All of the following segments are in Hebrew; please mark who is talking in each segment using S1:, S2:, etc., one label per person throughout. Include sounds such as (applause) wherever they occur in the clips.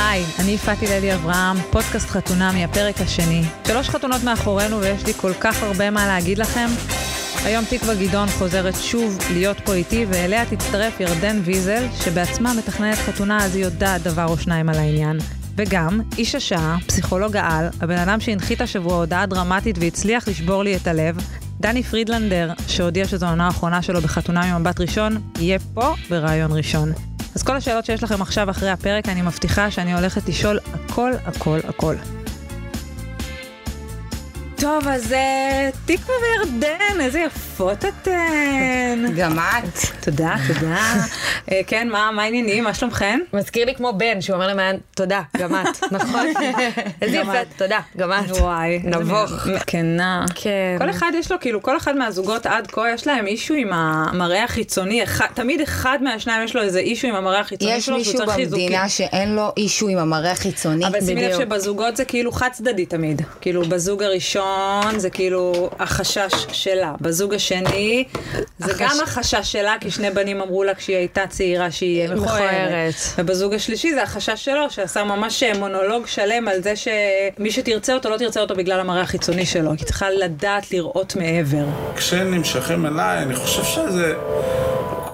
S1: היי, אני יפעתי לוי אברהם, פודקאסט חתונה מהפרק השני. שלוש חתונות מאחורינו ויש לי כל כך הרבה מה להגיד לכם. היום תקווה גדעון חוזרת שוב להיות פה איתי, ואליה תצטרף ירדן ויזל, שבעצמה מתכננת חתונה אז היא יודעת דבר או שניים על העניין. וגם, איש השעה, פסיכולוג העל, הבן אדם שהנחית השבוע הודעה דרמטית והצליח לשבור לי את הלב, דני פרידלנדר, שהודיע שזו העונה האחרונה שלו בחתונה ממבט ראשון, יהיה פה ברעיון ראשון. אז כל השאלות שיש לכם עכשיו אחרי הפרק, אני מבטיחה שאני הולכת לשאול הכל, הכל, הכל. טוב, אז אה, תקווה וירדן, איזה יפות אתן.
S2: גם את.
S1: תודה, תודה. אה, כן, מה מה העניינים? מה שלומכן?
S2: מזכיר לי כמו בן שאומר למעיין, תודה, גם
S1: (laughs)
S2: את, נכון? איזה
S1: גם
S2: יפה, תודה, גם את.
S1: וואי,
S2: נבוך.
S1: כנה.
S2: כן.
S1: כל אחד יש לו, כאילו, כל אחד מהזוגות עד כה יש להם אישו עם המראה החיצוני, אחד- תמיד אחד מהשניים יש לו איזה אישו עם המראה החיצוני
S3: יש
S1: שלו שהוא
S3: מישהו
S1: צריך חיזוקים.
S3: במדינה שאין לו אישו עם המראה החיצוני.
S1: אבל שימי לב
S2: בדיוק.
S1: שבזוגות זה כאילו חד צדדי תמיד. כאילו בזוג הראשון זה כאילו החשש שלה. בזוג השני זה
S2: החש-
S1: גם החשש שלה, כי שני בנים אמרו לה כשהיא הייתה צעירה שהיא מכוערת.
S2: מכוערת.
S1: ובזוג השלישי זה החשש שלו, שעשה ממש אה, מונולוג שלם על זה שמי שתרצה אותו לא תרצה אותו בגלל המראה החיצוני שלו. היא צריכה לדעת לראות מעבר.
S4: כשנמשכים אליי, אני חושב שזה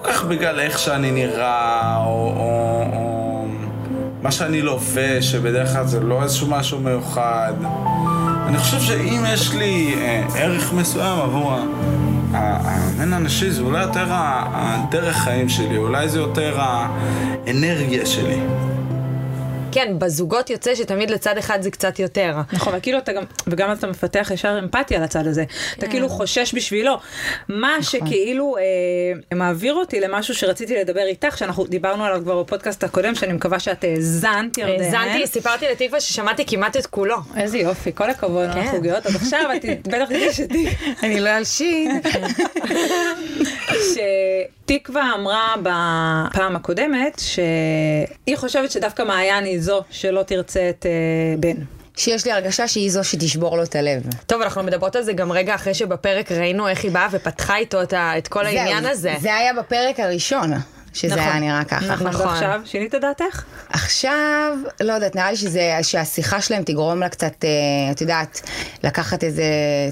S4: כל כך בגלל איך שאני נראה, או, או, או מה שאני לובש, שבדרך כלל זה לא איזשהו משהו מיוחד. אני חושב שאם יש לי אה, ערך מסוים עבור ה- ה- המין הנשי, זה אולי יותר ה- הדרך חיים שלי, אולי זה יותר האנרגיה שלי.
S2: כן, בזוגות יוצא שתמיד לצד אחד זה קצת יותר.
S1: נכון, וכאילו אתה גם, וגם אתה מפתח ישר אמפתיה לצד הזה.
S2: כן.
S1: אתה כאילו חושש בשבילו. מה
S2: נכון.
S1: שכאילו אה, מעביר אותי למשהו שרציתי לדבר איתך, שאנחנו דיברנו עליו כבר בפודקאסט הקודם, שאני מקווה שאת האזנת, ירדן.
S2: האזנתי, אה, סיפרתי לתקווה ששמעתי כמעט את כולו.
S1: איזה יופי, כל הכבוד,
S2: כן.
S1: אנחנו גאות. אז עכשיו את בטח תדעי שתיק-
S2: (laughs)
S3: אני לא אלשין.
S1: שתקווה אמרה בפעם הקודמת, שהיא חושבת שדווקא מעיין היא זו שלא תרצה את אה, בן.
S3: שיש לי הרגשה שהיא זו שתשבור לו את הלב.
S2: טוב, אנחנו מדברות על זה גם רגע אחרי שבפרק ראינו איך היא באה ופתחה איתו את ה- את כל העניין
S3: זהו,
S2: הזה.
S3: זה היה בפרק הראשון, שזה
S2: נכון.
S3: היה נראה ככה.
S2: נכון.
S1: ועכשיו, שינית דעתך?
S3: עכשיו, לא יודעת, נראה לי שזה, שהשיחה שלהם תגרום לה קצת, אה, את יודעת, לקחת איזה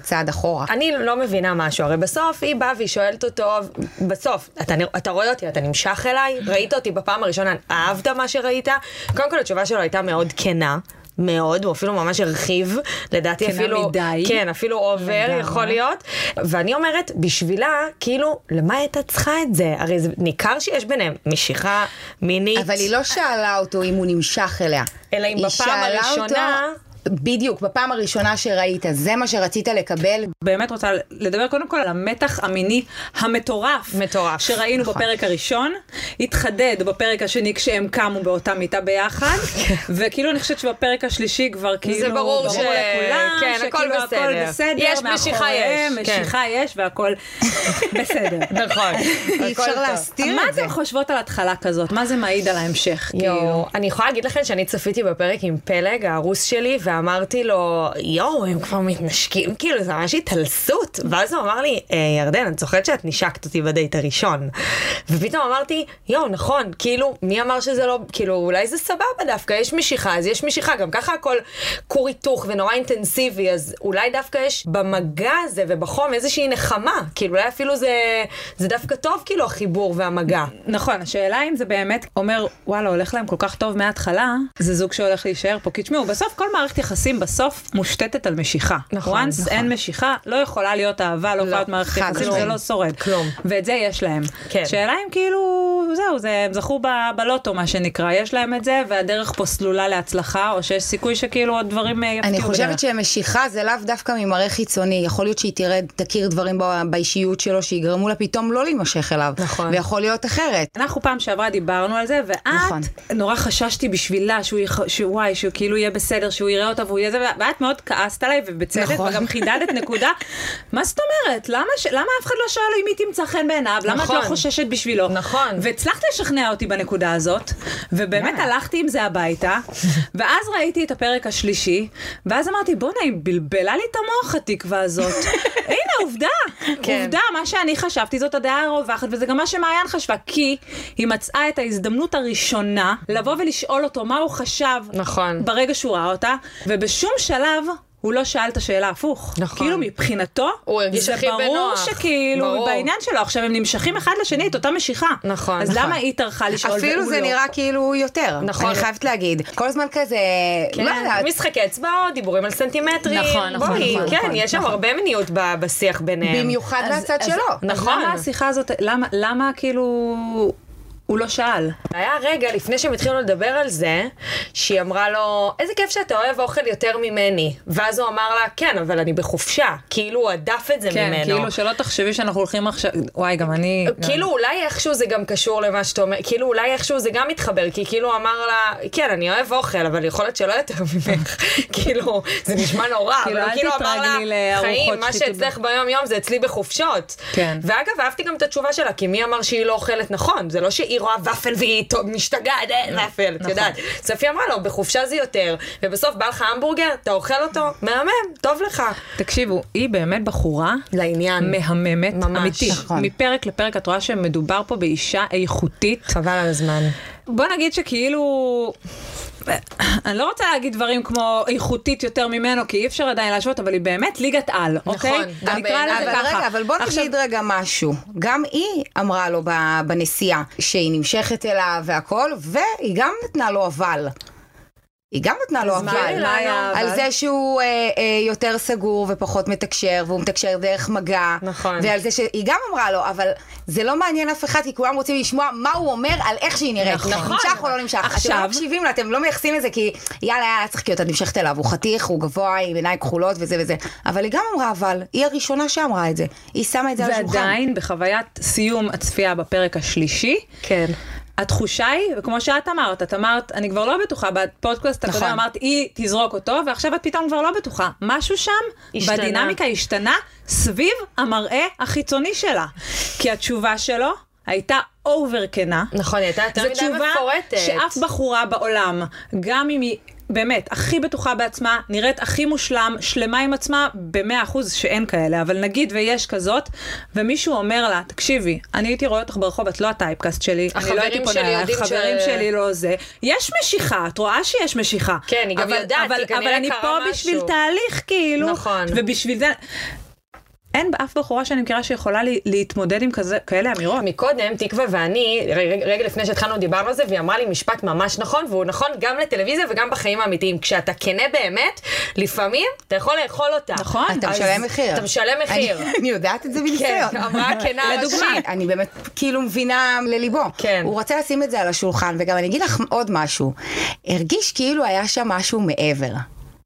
S3: צעד אחורה.
S2: אני לא מבינה משהו, הרי בסוף היא באה והיא שואלת אותו, בסוף, אתה, נר- אתה רואה אותי, אתה נמשך אליי? ראית אותי בפעם הראשונה, אהבת מה שראית? קודם כל התשובה שלו הייתה מאוד כנה. מאוד, הוא אפילו ממש הרחיב, לדעתי
S1: כנה
S2: אפילו...
S1: מדי.
S2: כן, אפילו אובר,
S1: לגמרי.
S2: יכול להיות. ואני אומרת, בשבילה, כאילו, למה היא הייתה צריכה את זה? הרי זה ניכר שיש ביניהם משיכה מינית.
S3: אבל היא לא שאלה אותו אם הוא נמשך אליה.
S2: אלא אם
S3: היא
S2: בפעם
S3: שאלה
S2: הראשונה-
S3: אותו- בדיוק, בפעם הראשונה שראית, זה מה שרצית לקבל?
S1: באמת רוצה לדבר קודם כל על המתח המיני המטורף.
S2: מטורף.
S1: שראינו נכון. בפרק הראשון, התחדד בפרק השני כשהם קמו באותה מיטה ביחד, וכאילו אני חושבת שבפרק השלישי כבר כאילו,
S2: כן. ברור ש-
S1: לכולם,
S2: כן,
S1: שכאילו
S2: הכל בסדר.
S1: בסדר,
S2: יש משיכה
S1: מאחוריהם,
S2: יש, כן.
S1: משיכה יש
S2: (laughs)
S1: והכל בסדר.
S2: נכון.
S3: אי
S2: הכל
S3: אפשר
S2: טוב.
S3: להסתיר
S1: מה
S3: את זה.
S1: אתן חושבות על התחלה כזאת? מה זה מעיד על ההמשך? כאילו?
S2: יואו, אני יכולה להגיד לכם שאני צפיתי בפרק עם פלג, הארוס שלי, ואמרתי לו, יואו, הם כבר מתנשקים, כאילו, זה ממש התעלסות. ואז הוא אמר לי, "אה, ירדן, את זוכרת שאת נשקת אותי בדייט הראשון. ופתאום אמרתי, יואו, נכון, כאילו, מי אמר שזה לא, כאילו, אולי זה סבבה דווקא, יש משיכה, אז יש משיכה, גם ככה הכל כור היתוך ונורא אינטנסיבי, אז אולי דווקא יש במגע הזה ובחום איזושהי נחמה, כאילו, אולי אפילו זה, זה דווקא טוב, כאילו, החיבור והמגע.
S1: נכון, השאלה אם זה באמת אומר, וואלה, הולך להם כל כך טוב מההתחלה, זה זוג שהולך להישאר פה. כי תשמעו, בסוף כל מערכת יחסים בסוף מושתתת על משיכה.
S2: נכון,
S1: once
S2: נכון.
S1: אין משיכה, לא יכולה להיות אהבה, לא יכולה להיות מערכת
S3: חד
S1: יחסים, זה
S3: משמעית.
S1: לא שורד.
S2: כלום.
S1: ואת זה יש להם.
S2: כן.
S1: שאלה אם כאילו, זהו, זה, הם זכו ב- בלוטו, מה שנקרא, יש להם את זה, והדרך פה סלולה להצלחה, או שיש סיכוי שכאילו עוד דברים אה, יפתיעו.
S3: אני
S1: בדרך.
S3: חושבת שמשיכה זה לאו דווקא ממראה חיצוני, יכול להיות שהיא תראה, תכיר דברים ב- באישיות שלו שיגרמו לה פתאום לא להימשך אליו,
S2: נכון.
S3: ויכול להיות אחרת.
S1: אנחנו פעם שעברה דיברנו על זה, ואת נכון.
S3: נכון.
S1: נורא חששתי בשבילה שהוא, יח... שהוא וואי, שהוא כאילו יהיה בסדר, שהוא יראה אותה והוא יהיה זה, ו- ואת מאוד כעסת עליי, ובצדק, נכון.
S3: נכון.
S1: וגם חידדת נקודה. מה זאת אומרת? למה, ש... למה אף אחד לא שאל אם היא תמצא חן בעיניו? למה את
S2: נכון.
S1: לא חוששת בשבילו?
S2: נכון.
S1: והצלחת לשכנע אותי בנקודה הזאת, ובאמת הלכתי עם זה
S2: (laughs)
S1: הביתה, ואז ראיתי
S2: (laughs)
S1: את הפרק השלישי, ואז אמרתי, בואנה, היא בלבלה לי את המוח, התקווה הזאת. הנה,
S5: עובדה.
S2: כן.
S5: עובדה, מה שאני חשבתי זאת הדעה הרווחת, וזה גם מה שמעיין חשבה, כי היא מצאה את ההזדמנות הראשונה לבוא ולשאול אותו מה הוא חשב
S2: נכון.
S5: ברגע שהוא ראה אותה, ובשום שלב... הוא לא שאל את השאלה הפוך.
S2: נכון.
S5: כאילו מבחינתו,
S2: הוא הרגיש
S5: זה
S2: הכי
S5: ברור
S2: בנוח.
S5: שכאילו,
S2: ברור.
S5: בעניין שלו, עכשיו הם נמשכים אחד לשני את אותה משיכה.
S2: נכון,
S5: אז
S2: נכון.
S5: למה היא טרחה לשאול
S3: אפילו
S5: והוא
S3: זה
S5: לא?
S3: נראה כאילו יותר.
S2: נכון.
S3: אני חייבת להגיד. כל הזמן כזה, לא יודעת.
S2: כן, משחקי אצבעות, דיבורים על סנטימטרים.
S1: נכון, נכון,
S2: בואי,
S1: נכון,
S2: כן,
S3: נכון,
S2: יש שם הרבה מיניות ב- בשיח ביניהם.
S3: במיוחד מהצד שלו.
S2: נכון.
S5: נכון. למה השיחה הזאת, למה, למה כאילו, הוא לא שאל?
S2: היה רגע לפני שהם התחילו לדבר על זה, שהיא אמרה לו, איזה כיף שאתה אוהב אוכל יותר ממני. ואז הוא אמר לה, כן, אבל אני בחופשה. כאילו הוא הדף את זה ממנו.
S1: כאילו שלא תחשבי שאנחנו הולכים עכשיו, וואי, גם אני...
S2: כאילו אולי איכשהו זה גם קשור למה שאתה אומר, כאילו אולי איכשהו זה גם מתחבר, כי כאילו אמר לה, כן, אני אוהב אוכל, אבל יכול להיות שלא יותר ממך. (laughs) כאילו, זה נשמע נורא, אבל
S1: (laughs) כאילו, אל
S2: הוא כאילו אמר
S1: תתרגלי
S2: לה,
S1: לארוחות
S2: חיים, מה
S1: שתיתי
S2: שאצלך ביום יום זה אצלי בחופשות.
S1: כן.
S2: ואגב, אהבתי גם את התשובה שלה, כי מי אמר שהיא לא אוכלת נכון? זה לא שהיא רואה ופל והיא טוב, משתגעת, אין
S1: נכון,
S2: ופל, את יודעת. סופי אמרה לו, בחופשה זה יותר, ובסוף בא לך המבורגר, אתה אוכל אותו, מהמם, טוב לך.
S1: תקשיבו, היא באמת בחורה
S2: לעניין.
S1: מהממת,
S2: ממש.
S1: אמיתית.
S3: נכון.
S1: מפרק לפרק את רואה שמדובר פה באישה איכותית.
S2: חבל על הזמן.
S1: בוא נגיד שכאילו... אני לא רוצה להגיד דברים כמו איכותית יותר ממנו, כי אי אפשר עדיין להשוות, אבל היא באמת ליגת על, אוקיי?
S2: גם
S1: אני אקרא לזה
S3: נכון, אבל
S1: ככה.
S3: רגע, אבל בוא
S1: עכשיו,
S3: נגיד רגע משהו. גם היא אמרה לו ב- בנסיעה שהיא נמשכת אליו והכל, והיא גם נתנה לו אבל. היא גם נתנה לו
S1: מה-
S3: אבל.
S1: מה היה
S3: על
S1: אבל?
S3: זה שהוא אה, אה, יותר סגור ופחות מתקשר, והוא מתקשר דרך מגע.
S2: נכון.
S3: ועל זה שהיא גם אמרה לו, אבל זה לא מעניין אף אחד, כי כולם רוצים לשמוע מה הוא אומר על איך שהיא נראית.
S1: נכון.
S3: נמשך או לא נמשך.
S1: עכשיו-
S3: אתם לא מקשיבים לה, אתם לא מייחסים לזה, כי יאללה, יאללה, צריך להיות, את נמשכת אליו, הוא חתיך, הוא גבוה, עם עיניים כחולות וזה וזה. אבל היא גם אמרה אבל, היא הראשונה שאמרה את זה. היא שמה את זה על השולחן.
S1: ועדיין, בחוויית סיום הצפייה בפרק השלישי,
S2: כן.
S1: התחושה היא, וכמו שאת אמרת, את אמרת, אני כבר לא בטוחה, בפודקאסט
S3: נכון.
S1: הקודם אמרת, היא תזרוק אותו, ועכשיו את פתאום כבר לא בטוחה. משהו שם,
S2: השתנה.
S1: בדינמיקה השתנה, סביב המראה החיצוני שלה. כי התשובה שלו הייתה אובר כנה.
S2: נכון, היא הייתה יותר
S1: זו
S2: מדי
S1: תשובה
S2: מפורטת.
S1: שאף בחורה בעולם, גם אם היא באמת הכי בטוחה בעצמה, נראית הכי מושלם, שלמה עם עצמה, במאה אחוז שאין כאלה, אבל נגיד ויש כזאת, ומישהו אומר לה, תקשיבי, אני הייתי רואה אותך ברחוב, את לא הטייפקאסט שלי, אני
S2: החברים
S1: לא הייתי
S2: שלי
S1: פונה אלייך,
S2: יודעים ש-
S1: חברים שלי לא זה. יש משיכה, את רואה שיש משיכה.
S2: כן, היא גם
S1: אבל-
S2: יודעת, היא
S1: אבל-
S2: כנראה
S1: אבל אני
S2: קרה
S1: פה
S2: משהו.
S1: בשביל תהליך, כאילו.
S2: נכון.
S1: ובשביל זה... אין אף בחורה שאני מכירה שיכולה לי- להתמודד עם כזה- כאלה אמירות.
S2: מקודם, תקווה ואני, רגע, רגע לפני שהתחלנו דיברנו על זה, והיא אמרה לי משפט ממש נכון, והוא נכון גם לטלוויזיה וגם בחיים האמיתיים. כשאתה כנה באמת, לפעמים אתה יכול לאכול אותה.
S1: נכון.
S3: אתה
S2: אז
S3: משלם מחיר.
S2: אתה משלם מחיר.
S3: אני- אני יודעת את זה
S2: כן,
S3: מניסיון.
S2: אמרה הכנה הראשית.
S3: אני באמת כאילו מבינה לליבו.
S2: כן.
S3: הוא רוצה לשים את זה על השולחן, וגם אני אגיד לך עוד משהו. הרגיש כאילו היה שם משהו מעבר.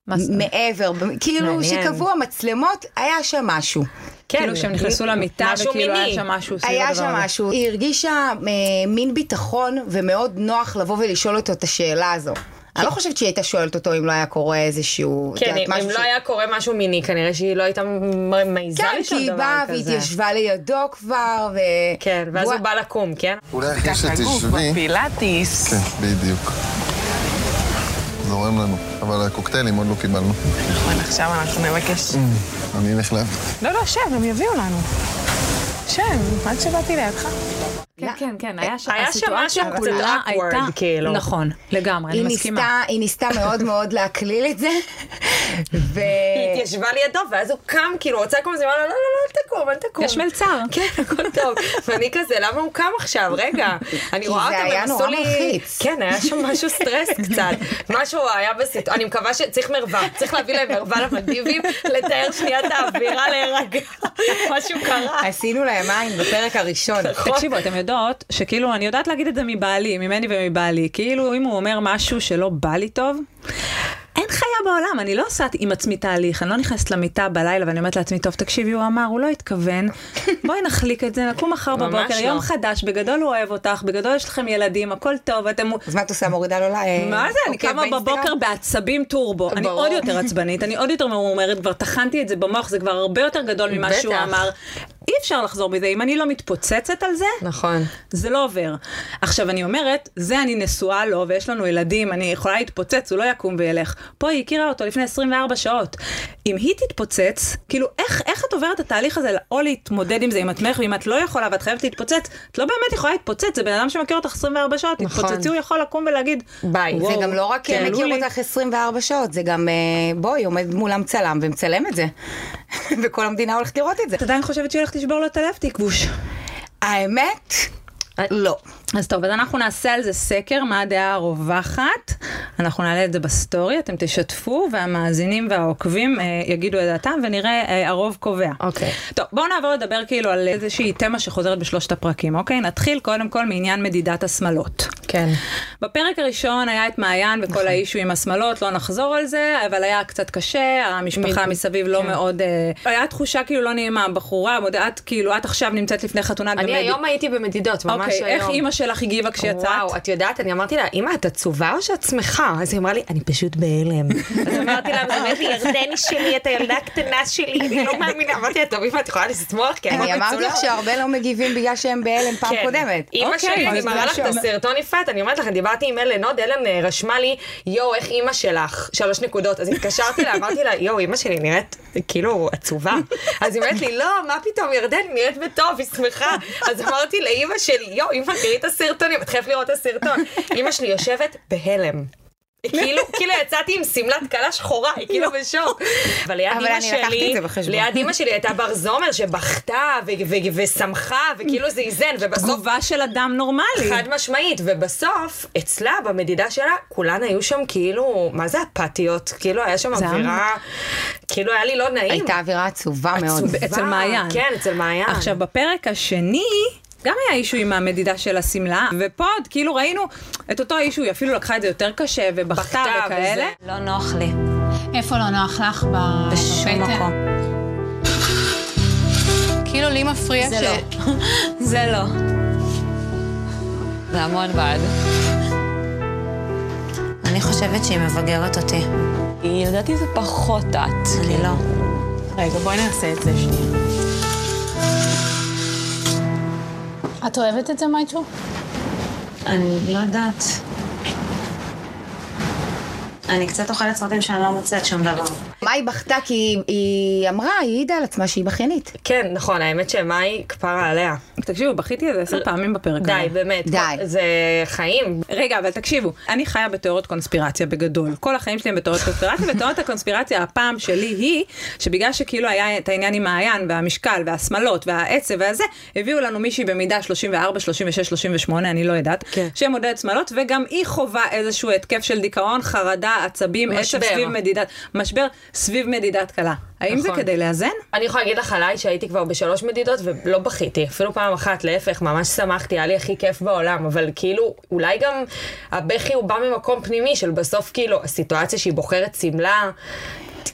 S1: מה זאת אומרת?
S3: מעבר, ב- כאילו
S2: מעניין.
S3: שקבעו המצלמות, היה שם משהו.
S2: כן.
S1: כאילו שהם נכנסו למיטה,
S2: משהו
S1: וכאילו היה
S2: מיני.
S1: שם משהו סביב
S3: היה
S1: הדבר
S3: שם
S1: הזה.
S3: משהו. היא הרגישה אה, מין ביטחון ומאוד נוח לבוא ולשאול אותו את השאלה הזו. אני לא חושבת שהיא הייתה שואלת אותו אם לא היה קורה איזשהו... את
S2: כן,
S3: יודעת,
S2: אם
S3: משהו
S2: אם
S3: ש-
S2: לא היה קורה משהו מיני, כנראה שהיא לא הייתה מ- מעיזה
S3: כן, כי
S2: לשאול
S3: היא
S2: דבר
S3: באה
S2: כזה.
S3: והתיישבה לידו כבר, ו...
S2: כן, ואז הוא בא לקום, כן?
S6: אולי אחרי שתשבי...
S7: פילאטיס.
S6: כן, בדיוק. זורם לנו. אבל הקוקטיילים עוד לא קיבלנו.
S7: נכון, עכשיו אנחנו נבקש.
S6: אני אלך לאט.
S7: לא, לא, שב, הם יביאו לנו. שב, עד שבאתי לידך.
S1: כן, כן, כן, היה שם,
S2: היה שם
S1: הסיטואציה
S2: משהו קצת
S1: כולה
S2: awkward,
S1: הייתה,
S2: כאילו.
S1: נכון, לגמרי, אני
S3: היא
S1: מסכימה.
S3: ניסתה, היא ניסתה מאוד מאוד להקליל
S2: (laughs)
S3: את זה, ו...
S2: היא התיישבה לידו, ואז הוא קם, כאילו, רוצה לקום, אז היא אמרה לו, לא, לא, לא, אל תקום, אל תקום.
S1: יש מלצר.
S2: כן, הכל טוב. ואני כזה, למה הוא קם עכשיו? רגע, אני
S3: כי
S2: רואה
S3: זה
S2: אותם,
S3: היה
S2: הם עשו
S3: נורא
S2: לי...
S3: מלחיץ.
S2: כן, היה שם משהו סטרס קצת. משהו היה בסיטואציה, אני מקווה שצריך מרווה. צריך להביא להם מרווה למלדיבים, לתאר שנייה את האווירה, להירגע. (laughs) משהו קרה.
S3: עשינו להם עין בפרק הראשון.
S2: נכון.
S1: תקשיבו, אתם יודעות שכאילו, אני יודעת להגיד את זה מבעלי, ממני ומבעלי, כאילו אם הוא אומר משהו שלא בא לי טוב, אין חיה בעולם, אני לא עושה עם עצמי תהליך, אני לא נכנסת למיטה בלילה ואני אומרת לעצמי, טוב, תקשיבי, הוא אמר, הוא לא התכוון, בואי נחליק את זה, נקום מחר
S2: ממש
S1: בבוקר,
S2: לא.
S1: יום חדש, בגדול הוא אוהב אותך, בגדול יש לכם ילדים, הכל טוב, אתם...
S3: אז מה את עושה? מורידה לו ל...
S1: מה זה? אני
S3: אוקיי,
S1: קמה
S3: באינסטגרם?
S1: בבוקר בעצבים טורבו. אני
S2: ברור.
S1: עוד יותר עצבנית, אני עוד יותר ממורמרת, כבר טחנתי את זה במוח, זה כבר הרבה יותר גדול ממה
S2: בטח.
S1: שהוא אמר. אי אפשר לחזור מזה. אם אני לא מתפוצצת על זה,
S2: נכון.
S1: זה לא עובר. עכשיו, אני אומרת, זה אני נשואה לו, ויש לנו ילדים, אני יכולה להתפוצץ, הוא לא יקום וילך. פה היא הכירה אותו לפני 24 שעות. אם היא תתפוצץ, כאילו, איך, איך את עוברת את התהליך הזה, או להתמודד עם זה עם עצמך, ואם את לא יכולה ואת חייבת להתפוצץ, את לא באמת יכולה להתפוצץ, זה בן אדם שמכיר אותך 24 שעות,
S2: נכון.
S1: תתפוצצי, הוא יכול לקום ולהגיד,
S2: ביי.
S1: וואו,
S3: וגם לא רק
S1: תעלו
S3: מכיר
S1: לי.
S3: אותך 24 שעות, זה גם, אה, בואי, עומד מולם צלם ומצלם את זה. (laughs) וכל המדינה הולכת לראות את זה.
S1: את עדיין חושבת שהיא הולכת לשבור לו את הלב, תכבוש.
S3: האמת, לא.
S1: אז טוב, אז אנחנו נעשה על זה סקר, מה הדעה הרווחת. אנחנו נעלה את זה בסטורי, אתם תשתפו, והמאזינים והעוקבים אה, יגידו את דעתם, ונראה אה, הרוב קובע.
S2: אוקיי.
S1: טוב, בואו נעבור לדבר כאילו על איזושהי תמה שחוזרת בשלושת הפרקים, אוקיי? נתחיל קודם כל מעניין מדידת השמלות.
S2: כן.
S1: בפרק הראשון היה את מעיין
S2: נכון.
S1: וכל האישו עם השמלות, לא נחזור על זה, אבל היה קצת קשה, המשפחה מסביב
S2: כן.
S1: לא מאוד... אה, היה תחושה כאילו לא נעימה, בחורה, מודעת, כאילו, את עכשיו נמצאת לפני חתונה, את
S2: אני
S1: במדי-
S2: היום הייתי במדידות, ממש
S1: אוקיי,
S2: היום.
S1: איך אימא שלך הגיבה כשיצאת?
S2: וואו, את יודעת, אני אמרתי לה, אמא, את עצובה או שאת שמחה? אז היא אמרה לי, אני פשוט בהלם. (laughs) אז אמרתי לה, זה באמת ירדני שלי, את הילדה הקטנה שלי, אני לא מאמינה. אמרתי לה, טוב, אמא, את יכולה לשמוח, כי
S3: אני
S2: הכל
S3: אמרתי
S2: מצולם."
S3: לך שהרבה לא מגיבים בגלל שהם בהלם כן, פעם קודמת.
S2: כן. אימא
S1: אוקיי,
S2: שלי, אני
S1: אז
S2: מראה לך את
S1: משהו.
S2: הסרטון יפעת, אני אומרת לך, דיברתי עם אלן עוד, אלן אה, רשמה לי, יואו, איך אימא שלך? שלוש נקודות. אז התקשרתי לה, אמרתי לה, יואו, אימא שלי נראית כאילו עצובה. אז היא אומרת לי, לא, מה פתאום, ירדן נראית בטוב, היא שמחה. אז אמרתי לאימא שלי, יואו, אימא, תראי את הסרטונים, את חייבת לראות את הסרטון. אימא שלי יושבת בהלם. כאילו, כאילו יצאתי עם שמלת כלה שחורה, היא כאילו בשוק. אבל ליד
S3: אבל
S2: אימא
S3: אני לקחתי
S2: שלי,
S3: את זה בחשבון.
S2: ליד אימא שלי הייתה בר זומר שבכתה ו- ו- ושמחה, וכאילו זה איזן, ובסוף
S1: תגובה של אדם נורמלי.
S2: חד משמעית, ובסוף, אצלה, במדידה שלה, כולן היו שם כאילו, מה זה אפתיות? כאילו, היה שם אווירה, כאילו היה לי לא נעים.
S3: הייתה אווירה עצובה מאוד.
S2: עצוב-
S1: אצל מעיין.
S2: כן, אצל מעיין.
S1: עכשיו, בפרק השני... גם היה אישו עם המדידה של השמלה, ופה עוד כאילו ראינו את אותו אישו, היא אפילו לקחה את זה יותר קשה, ובכתה
S2: בכתה
S1: וכאלה.
S7: לא נוח לי,
S8: איפה לא נוח לך ב-
S7: בשום מקום.
S8: כאילו לי מפריע
S7: זה לא.
S8: (laughs)
S7: זה לא. זה המון בעד. אני חושבת שהיא מבגרת אותי. היא לדעתי זה פחות את. אני לא.
S8: כן. רגע, בואי נעשה את זה שנייה. את אוהבת את זה, מייצ'ו?
S7: אני לא יודעת. אני קצת אוכלת סרטים שאני לא מוצאת שום דבר.
S3: מה היא בכתה? כי היא- היא אמרה, היא העידה על עצמה שהיא בכיינית.
S2: כן, נכון, האמת שמאי כפרה עליה.
S1: תקשיבו, בכיתי איזה עשר פעמים בפרק הזה.
S2: די, באמת.
S3: אוקיי. די.
S2: זה חיים.
S1: רגע, אבל תקשיבו, אני חיה בתיאוריות קונספירציה בגדול. כל החיים שלי הם בתיאוריות קונספירציה, ותיאוריית הקונספירציה הפעם שלי היא, שבגלל שכאילו היה את העניין עם מעיין והמשקל והשמלות והעצב והזה, הביאו לנו מישהי במידה 34, 36, 38, אני לא יודעת,
S2: כן.
S1: שמודדת שמלות, וגם היא חווה איזשהו התקף של דיכאון, חרדה, עצבים, עצב
S2: משבר.
S1: סביב מדידת, משבר סביב מדידת קלה. האם זה
S2: נכון.
S1: כדי לאזן?
S2: אני יכולה להגיד לך עליי שהייתי כבר בשלוש מדידות ולא בכיתי, אפילו פעם אחת, להפך, ממש שמחתי, היה לי הכי כיף בעולם, אבל כאילו, אולי גם הבכי הוא בא ממקום פנימי של בסוף, כאילו, הסיטואציה שהיא בוחרת שמלה,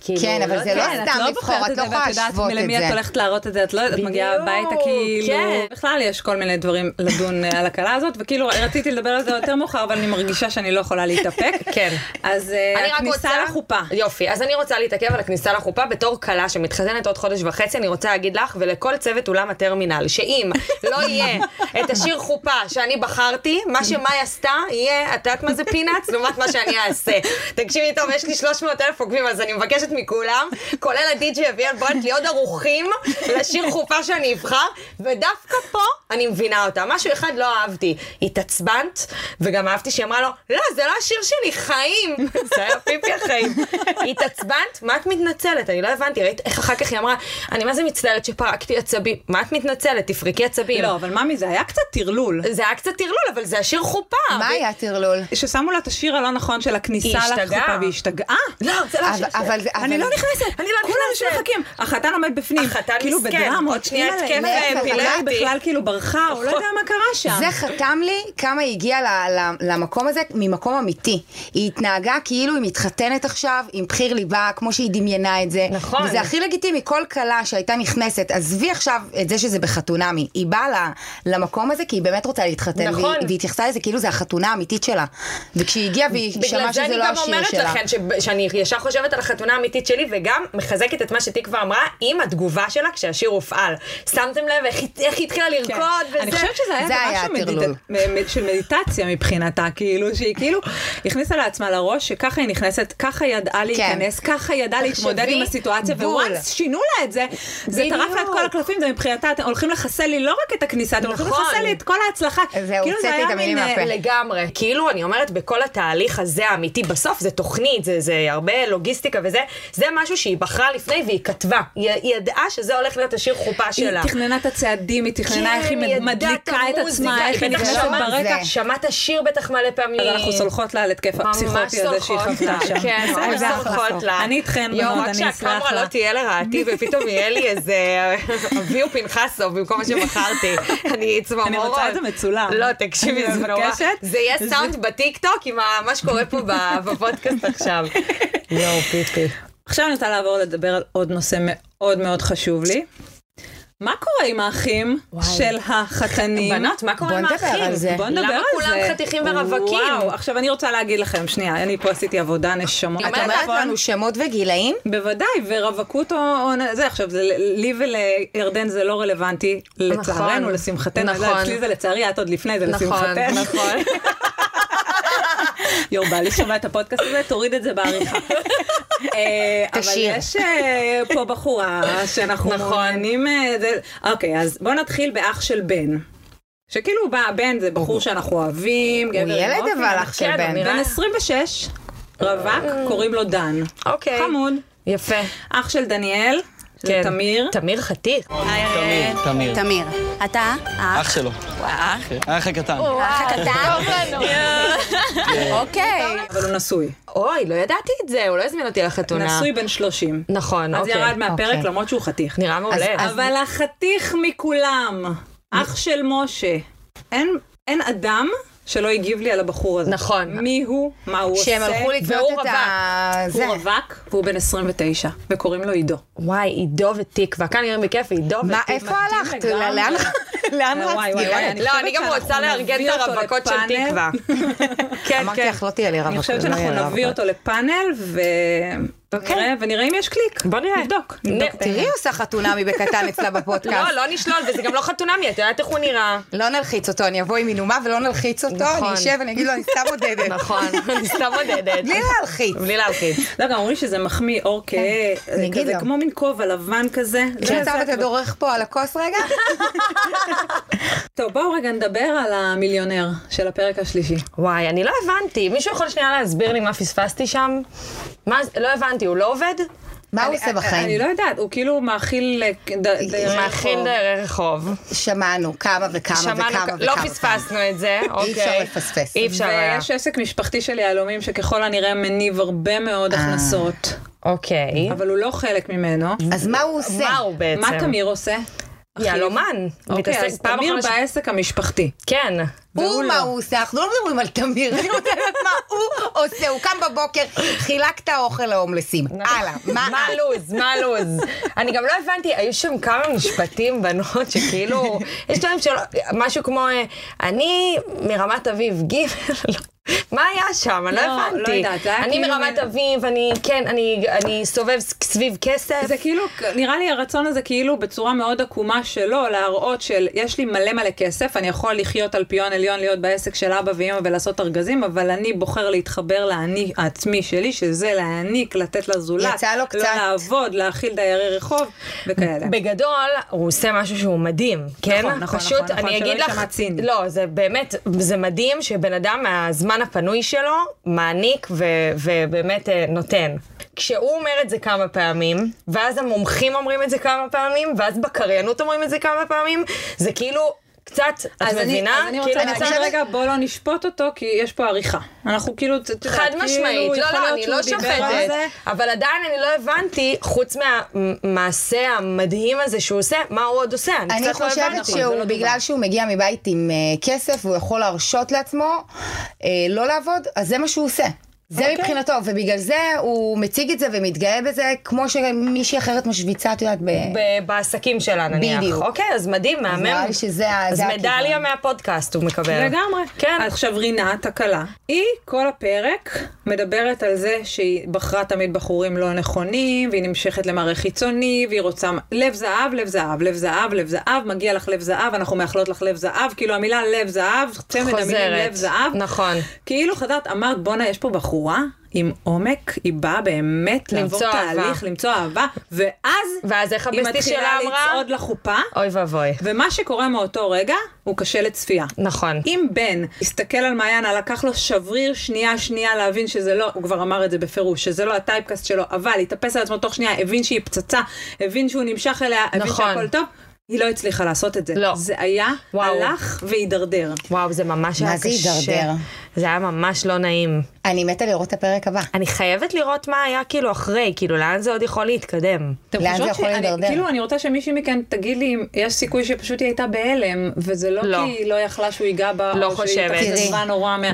S2: כאילו,
S3: כן, אבל זה לא
S1: כן, את
S3: סתם
S1: לא
S3: לבחור,
S1: בוחרת
S3: את
S1: את זה,
S3: לא יכולה
S1: ואת יודעת
S3: להשוות את
S1: למי את
S3: זה.
S1: הולכת להראות את זה, את לא יודעת, את מגיעה
S2: בדיוק,
S1: הביתה כאילו...
S2: כן.
S1: בכלל יש כל מיני דברים לדון אה, על הכלה הזאת, וכאילו רציתי לדבר על זה יותר מאוחר, אבל אני מרגישה שאני לא יכולה להתאפק.
S2: (laughs) כן.
S1: אז אה,
S2: אני רק
S1: הכניסה
S2: רוצה-
S1: לחופה.
S2: יופי, אז אני רוצה להתעכב על הכניסה לחופה בתור כלה שמתחתנת עוד חודש וחצי, אני רוצה להגיד לך ולכל צוות אולם הטרמינל, שאם
S1: (laughs)
S2: לא יהיה את השיר חופה שאני בחרתי, מה שמאי עשתה יהיה, את יודעת מה זה פינאץ, לעומת מה שאני אעשה. תקשיבי טוב, יש לי 300 אלף עוקבים, אז אני מבקשת מכולם, כולל הדי-ג'י אביאל בולט, להיות ערוכים לשיר חופה שאני אבחר, ודווקא פה אני מבינה אותה. משהו אחד לא אהבתי, התעצבנת, וגם אהבתי שהיא אמרה לו, לא, זה לא השיר שלי, חיים. (laughs) זה היה פיפי החיים. התעצבנת? מה את מתנצלת? אני לא הבנתי, ראית איך אחר כך היא אמרה, אני מה זה מצטערת שפרקתי עצבים. מה את מתנצלת? תפרקי עצבים.
S1: לא, אבל ממי, זה היה קצת טרלול.
S2: זה היה קצת טרלול, אבל זה השיר חופה.
S3: מה
S2: ו-
S3: היה הטרלול?
S1: ששמו לה את השיר הלא נכון של הכניסה
S2: היא השתגעה.
S1: לחופה, והיא השתגעה.
S2: לא, זה לא השיר
S3: אבל-
S2: שלי.
S3: אבל זה...
S1: אני
S3: אבל-
S1: לא נכנסת,
S2: אני לא
S1: כולם
S2: נכנסת.
S1: מחכים. החתן עומד בפנים,
S2: החתן
S1: כאילו
S2: מסכן,
S1: בדרמות,
S2: עוד שנייה
S1: אימא'לה,
S2: התקף,
S1: אימא'לה,
S3: אה,
S1: בכלל-
S2: פילאטי.
S1: בכלל כאילו ברחה, הוא לא
S2: נכון.
S1: יודע מה קרה שם.
S3: זה חתם לי כמה היא הגיעה ל- ל- למקום הזה ממקום אמיתי. היא התנהגה כאילו היא מתחתנת עכשיו עם בחיר ליבה, כמו שהיא דמיינה את זה.
S2: נכון.
S3: וזה הכי לגיטימי, כל כלה שהייתה נכנסת, עזבי עכשיו את זה שזה בחתונמי, היא באה ל- למקום הזה כי היא באמת רוצה להתחתן,
S2: נכון.
S3: והיא, והיא התייחסה לזה כאילו זה החתונה האמיתית שלה. וכשהיא הגיעה והיא
S2: בגלל
S3: שמעה
S2: זה
S3: שזה
S2: אני
S3: לא
S2: גם
S3: השיר
S2: אומרת
S3: שלה.
S2: לכן, שב- שאני ישר חושבת על החתונה האמיתית שלי, וגם מחזקת את מה שתקווה אמרה עם התגובה שלה כשהשיר הופעל. שמתם לב איך היא- איך היא התחילה לרקוד וזה?
S1: כן. אני חושבת שזה היה
S3: זה היה
S1: דבר של,
S3: הטרלול.
S1: מדיט... מ- מ- של מדיטציה מבחינתה, כאילו, שהיא כאילו הכניסה לעצמה לראש שככה היא נכנסת, ככה היא
S3: כן.
S1: ידעה להיכנס, ככה היא ידעה להתמודד
S3: תחשבי,
S1: עם הסיטואציה,
S3: בול.
S1: וואנס שינו לה את זה, זה
S3: בדיוק.
S1: טרף לה את כל הקלפים, זה מבחינתה, אתם הולכים לחסל לי לא רק את הכניסה, אתם הולכים
S2: נכון.
S1: לחסל לי את כל ההצלחה.
S3: זהו,
S1: כאילו, זה
S3: הוצאתי
S1: היה
S3: את המילים
S1: מין,
S3: מהפה.
S1: אה,
S2: כן. לגמרי. כאילו, אני אומרת, בכל התהליך הזה האמיתי, בסוף זה תוכנית, זה, זה הרבה לוגיסטיקה וזה, זה משהו שהיא בחרה לפני והיא כתבה. היא, היא ידעה שזה הולך להיות השיר חופה שלה. כן,
S1: היא תכננה את הצעדים, היא תכננה איך היא
S2: ידעה את
S1: מדליקה את
S2: המוזיקה,
S1: עצמה, איך היא
S2: בטח
S1: נכנסת
S2: שמעת-
S1: ברקע.
S3: זה.
S2: שמעת שיר בטח מלא פעמים.
S1: אז אנחנו סולחות לה על התקף
S2: ממש
S1: הפסיכוטי הזה שהיא
S2: סולחות
S1: חוותה
S2: לה,
S1: שם.
S2: כן,
S1: בסדר,
S2: ממש
S1: זה אחלה
S2: סולחות
S1: סוף.
S2: לה.
S1: אני איתכן
S2: יואו,
S1: בנות, אני
S2: רק
S1: אסלח
S2: שהקמרה
S1: לה.
S2: לא תהיה לרעתי, ופתאום יהיה לי איזה אביהו פנחסוב במקום מה שבחרתי. אני צמרמורות.
S1: אני רוצה את זה מצולם.
S2: לא, תקשיבי,
S1: אני
S2: זה נורא.
S1: מבקשת.
S2: זה יהיה סאונד בטיקטוק עם ה- מה שקורה פה ב- בפודקאסט עכשיו. יואו, פיפי.
S1: עכשיו אני רוצה לעבור לדבר על עוד נושא מאוד מאוד חשוב לי. מה קורה עם האחים של החתנים?
S2: (laughs) בנות, מה קורה
S3: בוא
S2: עם
S3: נדבר
S2: האחים?
S3: על זה.
S1: בוא נדבר על
S2: למה
S1: זה.
S2: כולם חתיכים ורווקים?
S1: וואו, עכשיו אני רוצה להגיד לכם, שנייה, אני פה עשיתי עבודה נכון? נשמות.
S3: את אומרת
S2: נכון.
S3: לנו שמות וגילאים?
S1: בוודאי, ורווקות או... או- זה עכשיו, זה, לי ולירדן זה לא רלוונטי, לצערנו, לשמחתנו,
S2: נכון.
S1: לא, אצלי זה לצערי, את עוד לפני זה,
S2: נכון,
S1: לשמחתנו.
S2: נכון.
S1: (laughs) יור, בעלי שומע את הפודקאסט הזה, תוריד את זה בעריכה. אה,
S3: תשאיר.
S1: אבל יש אה, פה בחורה שאנחנו
S2: נכון.
S1: מעוניינים... אה, זה- אוקיי, אז בואו נתחיל באח של בן. שכאילו בא, בן זה בחור שאנחנו אוהבים, גבר
S3: הוא
S1: עם
S3: ילד
S1: אופי.
S3: אבל אח של
S2: כן,
S3: בן.
S2: הוא נראה-
S1: בן 26, רווק, קוראים לו דן.
S2: אוקיי.
S1: חמוד.
S2: יפה.
S1: אח של דניאל, שזה
S2: כן.
S1: תמיר.
S2: תמיר חתיך.
S1: תמיר.
S9: תמיר,
S10: תמיר, אתה?
S9: אח שלו. האח הקטן.
S2: אה,
S10: האח הקטן?
S3: (laughs)
S10: אוקיי.
S1: אבל הוא נשוי.
S2: אוי, לא ידעתי את זה, הוא לא הזמין אותי לחתונה.
S1: נשוי בן 30.
S2: נכון,
S1: אז
S2: אוקיי.
S1: ירד מהפרק
S3: אוקיי.
S1: למרות שהוא חתיך.
S2: נראה מעולה.
S3: אז-
S1: אבל החתיך מכולם, אח של משה. אין- אין אדם שלא הגיב לי על הבחור הזה.
S2: נכון.
S1: מי הוא, מה הוא עושה.
S3: שהם הלכו לקנות
S2: והוא
S3: את ה... זה.
S1: הוא רווק והוא בן 29, וקוראים לו עידו.
S2: וואי, עידו ותקווה, כאן נראה בכיף, עידו ותקווה.
S3: מה, איפה הלכת?
S1: לגמרי.
S3: לאן
S1: (laughs)
S3: לאן
S1: וואי, וואי,
S3: רצתי?
S1: וואי,
S2: לא,
S1: חושבת
S2: אני גם
S1: שאנחנו
S2: רוצה לארגן
S1: נביא
S2: את
S1: אותו
S2: הרווקות של
S1: לפאנל.
S2: תקווה. כן,
S3: אמרתי
S2: כן.
S3: לך, לא תהיה לי רווקות.
S1: אני חושבת
S3: לא יהיה לי
S1: שאנחנו
S3: רווקות.
S1: נביא אותו לפאנל, ו-
S2: אוקיי.
S1: ונראה- ונראה אם יש קליק.
S2: בוא נראה.
S1: נבדוק.
S2: נ-
S1: נבדוק את
S3: תראי, היא עושה חתונמי בקטן אצלה בפודקאסט.
S2: לא, לא נשלול, וזה גם לא חתונמי, את יודעת איך הוא נראה.
S3: לא נלחיץ אותו, אני אבוא עם מינומה ולא נלחיץ אותו,
S2: נכון.
S3: אני אשב ואני אגיד לו, אני סתם
S1: (laughs)
S3: עודדת.
S2: נכון, (laughs) אני סתם עודדת.
S3: בלי להלחיץ.
S2: בלי להלחיץ.
S1: לא, גם אומרים שזה מחמיא אור
S2: כן.
S1: כהה, זה
S3: נגיד
S1: כזה
S3: לו.
S1: כמו מין כובע לבן כזה. זה-
S3: עכשיו אתה דורך פה על הכוס רגע?
S1: טוב, בואו רגע נדבר על המיליונר של הפרק השלישי.
S2: וואי, אני לא הבנתי. מישהו יכול שנייה להסביר לי מה פספסתי שם? מה זה, לא הבנתי, הוא לא עובד?
S3: מה הוא עושה
S1: אני- אני
S3: בחיים?
S1: לא יודעת, הוא כאילו מאכיל... אה, ד- דיירי
S2: מאכיל
S1: רחוב.
S2: דיירי רחוב.
S3: שמענו כמה וכמה וכמה
S2: שמענו,
S3: וכמה.
S2: לא
S3: וכמה.
S2: פספסנו את זה, אוקיי.
S3: אפשר לפספס.
S2: אי אפשר היה.
S1: ויש עסק משפחתי של יהלומים שככל הנראה מניב הרבה
S2: אה.
S1: מאוד הכנסות,
S2: אוקיי.
S1: אבל הוא לא חלק ממנו.
S3: אז מה הוא עושה?
S2: מה הוא בעצם?
S1: מה תמיר עושה?
S2: יהלומן.
S1: אוקיי,
S2: מתעסק
S1: אז
S2: פעם
S1: תמיר
S2: אחרונה ש-
S1: בעסק המשפחתי.
S2: כן.
S3: הוא מה הוא עושה, אנחנו לא מדברים על תמיר, אני רוצה לדעת מה הוא עושה, הוא קם בבוקר, חילקת אוכל להומלסים.
S1: נכון.
S3: הלאה, מה
S2: מה
S3: הלאה?
S2: הלו"ז? מה הלו"ז? אני גם לא הבנתי, היו שם כמה משפטים בנות שכאילו, יש דברים של משהו כמו, אה, אני מרמת אביב ג' לא. מה היה שם? אני לא
S1: לא,
S2: הבנתי.
S1: לא יודעת, זה היה
S2: אני
S1: כאילו מין-
S2: מרמת אביב, אני, כן, אני- אני סובב ס- סביב כסף.
S1: זה כאילו, נראה לי הרצון הזה כאילו בצורה מאוד עקומה שלו, להראות של יש לי מלא מלא כסף, אני יכול לחיות על פיון עליון, להיות בעסק של אבא ואמא ולעשות ארגזים, אבל אני בוחר להתחבר לאני העצמי שלי, שזה להעניק, לתת לזולת.
S3: יצא לו קצת.
S1: לא לעבוד, להאכיל דיירי רחוב וכאלה.
S2: בגדול, הוא עושה משהו שהוא מדהים, כן?
S1: נכון, נכון,
S2: פשוט,
S1: נכון,
S2: אני
S1: נכון, שלא
S2: אגיד לך...
S1: יישמע ציני.
S2: לא, זה באמת, זה מדהים שבן אדם מהזמן הפנוי שלו מעניק ו, ובאמת אה, נותן. כשהוא אומר את זה כמה פעמים, ואז המומחים אומרים את זה כמה פעמים, ואז בקריינות אומרים את זה כמה פעמים, זה כאילו קצת, את
S1: אז אני,
S2: מבינה?
S1: אז אני רוצה
S2: כאילו,
S1: להגיד
S2: קצת-
S1: רגע, בוא לא נשפוט אותו, כי יש פה עריכה. אנחנו כאילו, את יודעת,
S2: חד
S1: כאילו,
S2: משמעית, לא,
S1: יכול
S2: לא,
S1: להיות
S2: אני
S1: שהוא
S2: לא
S1: דיבר על
S2: שופטת,
S1: זה.
S2: אבל עדיין אני לא הבנתי, חוץ מהמעשה המדהים הזה שהוא עושה, מה הוא עוד עושה, אני
S3: אני
S2: קצת לא הבנתי.
S3: חושבת שהוא, בגלל שהוא מגיע מבית עם אה, כסף, הוא יכול להרשות לעצמו אה, לא לעבוד, אז זה מה שהוא עושה. זה
S2: אוקיי.
S3: מבחינתו, ובגלל זה הוא מציג את זה ומתגאה בזה, כמו שמישהי אחרת משוויצה, את יודעת, ב...
S2: ב- בעסקים שלה נניח.
S3: בדיוק.
S2: אוקיי, אז מדהים, מהמם.
S3: נראה לי שזה ה-
S2: אז
S3: זה
S2: מדליה
S3: הכיוון.
S2: מהפודקאסט הוא מקבל.
S1: לגמרי.
S2: כן.
S1: עכשיו רינת, הכלה, היא כל הפרק מדברת על זה שהיא בחרה תמיד בחורים לא נכונים, והיא נמשכת למראה חיצוני, והיא רוצה לב זהב, לב זהב, לב זהב, לב זהב, מגיע לך לב זהב, אנחנו מאחלות לך לב זהב, כאילו המילה לב זהב, צמד המילים
S2: חוזרת.
S1: לב זהב.
S2: נכון.
S1: כאילו חזרת, אמרת, בואנה, יש פה בחורה עם עומק, היא באה באמת לעבור
S2: למצוא
S1: תהליך,
S2: אהבה.
S1: למצוא אהבה, ואז
S2: ואז איך
S1: היא
S2: הבסטי
S1: מתחילה
S2: שלה אמרה?
S1: לצעוד לחופה,
S2: אוי ואבוי.
S1: ומה שקורה מאותו רגע הוא קשה לצפייה.
S2: נכון.
S1: אם בן הסתכל על מעיינה, לקח לו שבריר שנייה שנייה להבין שזה לא, הוא כבר אמר את זה בפירוש, שזה לא הטייפקאסט שלו, אבל התאפס על עצמו תוך שנייה, הבין שהיא פצצה, הבין שהוא נמשך אליה, הבין
S2: נכון.
S1: שהכל טוב, היא לא הצליחה לעשות את זה.
S2: לא.
S1: זה היה,
S2: וואו.
S1: הלך והידרדר.
S2: וואו, זה ממש
S3: מה
S2: היה
S3: זה
S2: קשה.
S3: הידרדר?
S2: זה היה ממש לא נעים.
S3: אני מתה לראות את הפרק הבא.
S2: אני חייבת לראות מה היה כאילו אחרי, כאילו לאן זה עוד יכול להתקדם.
S1: אתם
S3: לאן
S1: חושבות
S3: זה יכול
S1: שאני-
S3: להידרדר?
S1: כאילו, אני רוצה שמישהי מכן תגיד לי אם יש סיכוי שפשוט היא הייתה בהלם, וזה לא,
S2: לא.
S1: כי היא לא יכלה שהוא ייגע בה,
S2: לא
S1: או שהיא
S2: חושבת.
S1: הייתה
S3: תראי.
S1: חזרה נורא מה...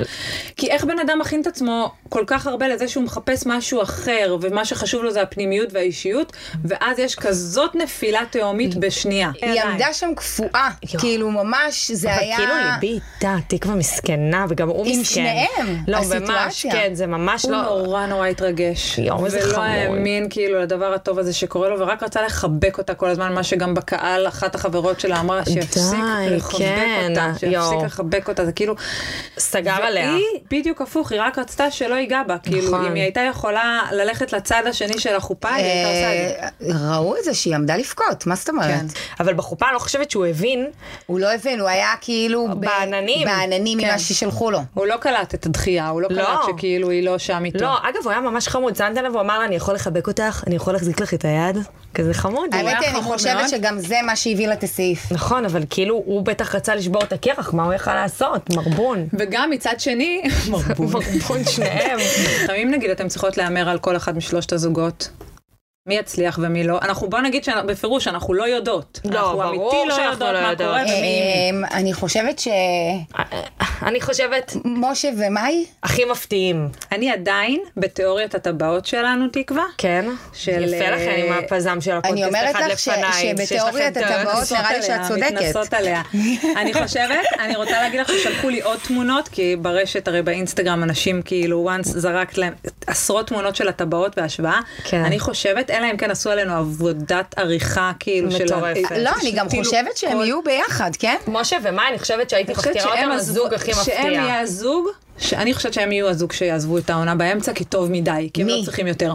S1: כי איך בן אדם מכין את עצמו כל כך הרבה לזה שהוא מחפש משהו אחר, ומה שחשוב לו זה הפנימיות והאישיות, ואז יש כזאת נפילה תהומית בשנייה.
S3: היא עמדה שם קפואה, כאילו ממש, זה
S2: אבל
S3: היה...
S2: כאילו ליבי איתה, תקווה מסכנה, וגם הוא מסכן.
S3: עם שניהם,
S2: לא, ממש,
S3: הסיטואציה.
S2: כן, זה ממש
S1: הוא
S2: לא...
S1: נורא נורא התרגש,
S2: יואו, איזה
S1: ולא
S2: חמוד.
S1: האמין כאילו לדבר הטוב הזה שקורה לו, ורק רצה לחבק אותה כל הזמן, מה שגם בקהל אחת החברות שלה אמרה, שיפסיק
S2: די,
S1: לחבק
S2: כן,
S1: אותה, שיפסיק
S2: יואו.
S1: לחבק אותה, זה כאילו,
S2: סגר עליה.
S1: והיא בדיוק הפוך, היא רק רצתה שלא ייגע בה, כאילו,
S2: נכון.
S1: אם היא הייתה יכולה ללכת לצד השני של החופה, היא הייתה עושה את זה.
S3: אה, ראו את זה שהיא עמדה לבכות, מה זאת
S2: כן.
S3: אומרת?
S2: אבל בחופה אני לא חושבת שהוא הבין.
S3: הוא לא הבין, הוא היה כאילו... ב-
S2: בעננים. כן.
S3: בעננים ממה ששלחו לו.
S1: הוא לא קלט את הדחייה, הוא לא
S2: לא.
S1: קלט שכאילו היא לא שם איתו.
S2: לא, אגב, הוא היה ממש חמוד, שמת לב, הוא אמר לה, אני יכול לחבק אותך, אני יכול להחזיק לך את היד. כזה
S3: האמת
S2: חמוד. הוא היה
S3: היא, אני
S2: חמוד
S3: חושבת
S2: מאוד.
S3: שגם זה מה שהביא לה את הסעיף.
S2: נכון, אבל כאילו, הוא בטח רצה לשבור את הקרח, מה הוא יכל לעשות?
S3: (laughs)
S2: מרבון.
S1: וגם מצד
S2: (laughs)
S1: שני, מרבוב.
S2: מרבון שניהם. (laughs)
S1: אם נגיד אתם צריכות להמר על כל אחד משלושת הזוגות, מי יצליח ומי לא? אנחנו בוא נגיד שבפירוש אנחנו לא יודעות.
S2: לא,
S1: אנחנו
S2: ברור
S1: אמיתי לא
S2: שאנחנו
S1: יודעות
S2: לא
S1: מה
S2: יודעות.
S1: קורה ומי...
S3: אמ, אני חושבת שמשה
S2: אני חושבת,
S3: ומאי,
S2: הכי מפתיעים.
S1: אני עדיין בתיאוריית הטבעות שלנו, תקווה.
S2: כן?
S1: של,
S2: יפה לכם עם
S1: אה,
S2: הפזם של הפודקאסט
S3: אומרת
S2: אחד
S3: לך ש-
S2: לפניי. שיש
S3: שבתיאוריית
S2: לכם דעות.
S3: הטבעות נראה לי שאת
S1: מתנשאות עליה,
S3: צודקת.
S1: מתנשאות עליה. אני חושבת, אני רוצה להגיד לך ששלחו לי עוד תמונות, כי ברשת, הרי באינסטגרם אנשים כאילו, once זרקת להם עשרות תמונות של הטבעות בהשוואה.
S2: כן.
S1: אני חושבת, אלא אם כן עשו עלינו עבודת עריכה, כאילו, של...
S2: מטורפת.
S1: אה,
S3: לא,
S1: של-
S3: אני גם
S1: כאילו,
S3: חושבת שהם
S1: כל-
S3: יהיו ביחד, כן?
S2: משה ומה, לא, אני חושבת שהייתי
S1: אני חושבת
S2: מכתירה
S1: שהם
S2: אותם
S1: עזבו-
S2: לזוג הכי
S1: שהם יהיה
S2: מפתיע.
S1: הזוג, שאני חושבת שהם יהיו הזוג שיעזבו את העונה באמצע, כי טוב מדי, כי הם
S3: מי?
S1: לא צריכים יותר.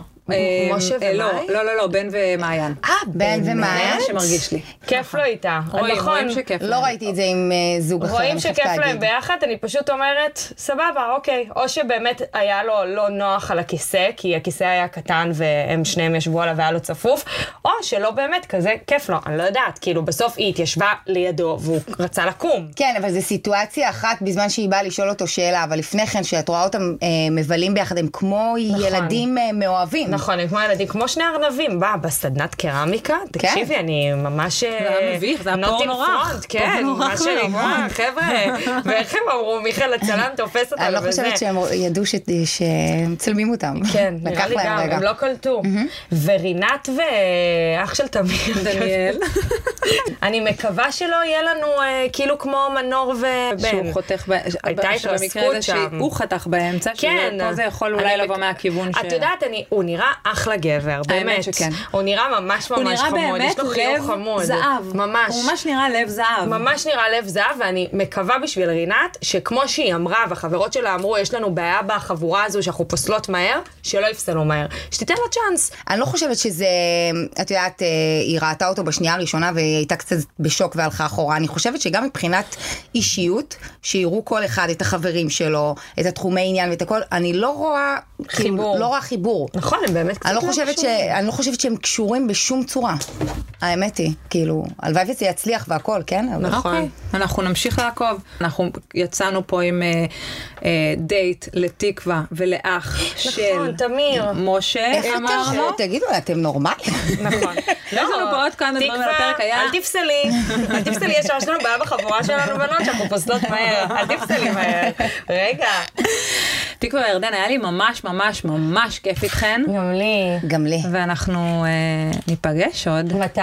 S2: משה
S1: אה, לא,
S2: ומאי?
S1: לא, לא, לא, בן ומעיין.
S2: אה,
S3: בן
S1: זה
S3: ומאיה?
S1: מה שמרגיש לי.
S2: כיף לו איתה.
S1: רואים,
S2: נכון.
S1: רואים שכיף.
S3: לא
S1: להם.
S3: ראיתי את זה עם אה, זוג אחר,
S2: רואים
S3: אני חייבת
S2: שכיף להם
S3: להגיד.
S2: ביחד, אני פשוט אומרת, סבבה, אוקיי. או שבאמת היה לו לא נוח על הכיסא, כי הכיסא היה קטן והם שניהם ישבו עליו והיה לו צפוף, או שלא באמת כזה כיף לו, אני לא יודעת. כאילו, בסוף היא התיישבה לידו והוא רצה לקום.
S3: כן, אבל זו סיטואציה אחת בזמן שהיא באה לשאול אותו שאלה, אבל לפני כן, שאת רואה אותם אה, מבלים ביחד, הם כמו ילדים אה, מאוהבים.
S2: נכון, הם כמו ילדים, כמו שני ארנבים, בא, בסדנת קרמיקה,
S3: כן.
S2: תקשיבי, אני ממש... אה, זה
S1: היה מביך, זה היה פורנו רך.
S2: כן,
S1: פורנו
S2: מה
S1: רך
S2: שנקרא,
S1: ונורא.
S2: (laughs) חבר'ה, ואיך הם אמרו, מיכאל הצלם תופס אותנו
S3: אני לא
S2: וזה.
S3: חושבת שהם ידעו ש- שמצלמים אותם.
S2: כן, נראה
S3: לקח
S2: לי
S3: להם
S2: גם,
S3: רגע. Mm-hmm.
S2: הם לא קלטו. ורינת ואח של תמיר,
S1: דניאל.
S2: (laughs) אני מקווה שלא יהיה לנו אה, כאילו כמו מנור ובן.
S1: שהוא חותך, ב-
S2: הייתה
S1: שבמקרה
S2: התרסקות
S1: הזה
S2: שם.
S1: שהוא חתך באמצע,
S2: כן.
S1: שפה כאילו, זה יכול
S2: אני
S1: אולי לבוא
S2: מת-
S1: מהכיוון
S2: את יודעת, אני- הוא נראה אחלה גבר, באמת.
S1: שכן.
S2: הוא נראה ממש
S1: הוא
S2: ממש
S1: נראה
S2: חמוד, יש
S1: באמת
S2: לו
S1: לב
S2: חיוך חמוד.
S1: זהב.
S2: ממש.
S1: הוא ממש נראה לב זהב.
S2: ממש נראה לב זהב, ואני מקווה בשביל רינת, שכמו שהיא אמרה, והחברות שלה אמרו, יש לנו בעיה בחבורה הזו שאנחנו פוסלות מהר, שלא יפסלו מהר. שתיתן לה צ'אנס.
S3: אני לא חושבת שזה, את יודעת, אה, היא ראתה אותו בשנייה הראשונה והיא הייתה קצת בשוק והלכה אחורה. אני חושבת שגם מבחינת אישיות, שיראו כל אחד את החברים שלו, את התחומי עניין ואת הכל, אני לא רואה כאילו,
S2: חיבור.
S3: לא רואה חיבור.
S2: נכון, הם באמת קצת
S3: אני לא,
S2: לא
S3: חושבת ש...
S2: קשורים.
S3: אני לא חושבת שהם קשורים בשום צורה. האמת היא, כאילו, הלוואי וזה יצליח והכל, כן? אבל-
S2: נכון.
S1: אוקיי, אנחנו נמשיך לעקוב. אנחנו יצאנו פה עם אה, אה, דייט לתקווה ולאח של
S2: נכון, תמיר.
S1: משה,
S3: איך אתם
S1: אה, אמרנו.
S3: חושבים? תגידו, אתם נורמלים?
S2: נכון.
S1: יש לנו פה עוד כמה דברים על הפרק, היה-
S2: אל תפסלי, אל תפסלי, יש יש לנו בעיה בחבורה שלנו בנות שאנחנו פוסלות מהר, אל תפסלי מהר. רגע.
S1: תקווה וירדן, היה לי ממש ממש ממש כיף איתכן,
S2: גם לי.
S3: גם לי.
S1: ואנחנו אה, ניפגש עוד.
S2: (laughs) מתי?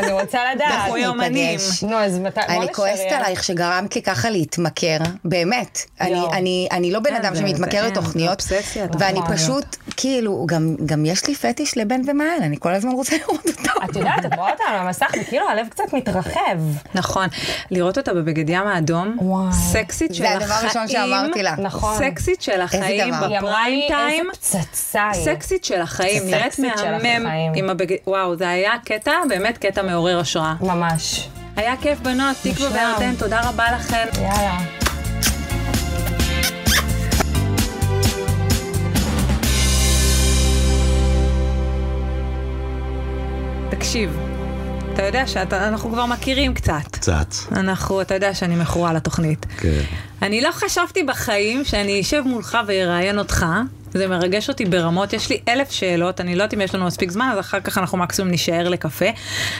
S2: אני רוצה לדעת.
S1: אנחנו יומנים.
S3: ניפגש.
S2: נו, אז מתי? בוא
S3: אני
S2: נשריין.
S3: כועסת עלייך שגרמת לי ככה להתמכר, באמת. אני,
S2: יואו.
S3: אני, אני לא בן
S1: כן,
S3: אדם
S1: זה-
S3: שמתמכר
S1: זה-
S3: לתוכניות,
S1: אובססיה,
S3: ואני
S1: תוכניות.
S3: פשוט, כאילו, גם, גם יש לי פטיש לבן ומעל, אני כל הזמן רוצה לראות אותו.
S2: את יודעת, את רואה אותה על המסך, וכאילו הלב קצת מתרחב.
S1: נכון, לראות אותה בבגד ים האדום,
S2: וואי.
S1: סקסית של
S3: זה
S1: החיים,
S3: הדבר הראשון שאמרתי לה.
S2: נכון.
S1: סקסית של החיים
S3: דבר.
S2: היא אמרה לי,
S1: בפריים טיים,
S2: איזה פצצה היא.
S1: סקסית של החיים, נראית
S2: סקסית של
S1: מהמם
S2: החיים.
S1: עם הבגד, וואו, זה היה קטע, באמת קטע מעורר השראה.
S2: ממש.
S1: היה כיף בנות, תקווה
S2: מושלם.
S1: וירדן, תודה רבה לכן.
S2: יאללה.
S1: תקשיב, אתה יודע שאנחנו כבר מכירים קצת.
S9: קצת.
S1: אנחנו, אתה יודע שאני מכורה לתוכנית.
S9: כן.
S1: אני לא חשבתי בחיים שאני אשב מולך ואראיין אותך. זה מרגש אותי ברמות, יש לי אלף שאלות, אני לא יודעת אם יש לנו מספיק זמן, אז אחר כך אנחנו מקסימום נישאר לקפה.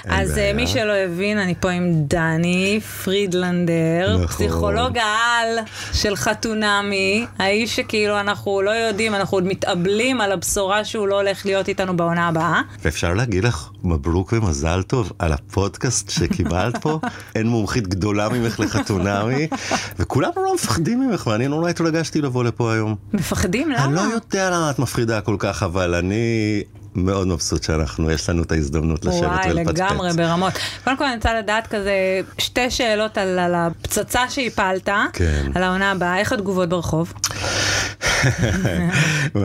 S1: אז בעיה.
S9: בעיה.
S1: מי שלא הבין, אני פה עם דני פרידלנדר,
S9: נכון.
S1: פסיכולוג העל של חתונמי, האיש שכאילו אנחנו לא יודעים, אנחנו עוד מתאבלים על הבשורה שהוא לא הולך להיות איתנו בעונה הבאה.
S9: ואפשר להגיד לך מברוק ומזל טוב על הפודקאסט שקיבלת פה. (laughs) אין מומחית גדולה ממך (laughs) לחתונמי, וכולם נורא לא מפחדים ממך, ואני נורא התרגשתי לבוא לפה היום.
S1: מפחדים,
S9: אני לא
S1: למה?
S9: יודע למה את מפחידה כל כך, אבל אני מאוד מבסוט שאנחנו, יש לנו את ההזדמנות לשבת
S1: וואי,
S9: ולפטפט.
S1: לגמרי, ברמות. קודם כל אני רוצה לדעת כזה שתי שאלות על, על הפצצה שהפלת,
S9: כן.
S1: על העונה הבאה, איך התגובות ברחוב?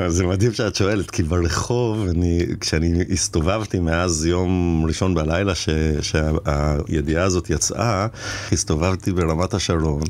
S9: זה מדהים שאת שואלת, כי ברחוב, אני, כשאני הסתובבתי מאז יום ראשון בלילה ש, שהידיעה הזאת יצאה, הסתובבתי ברמת השרון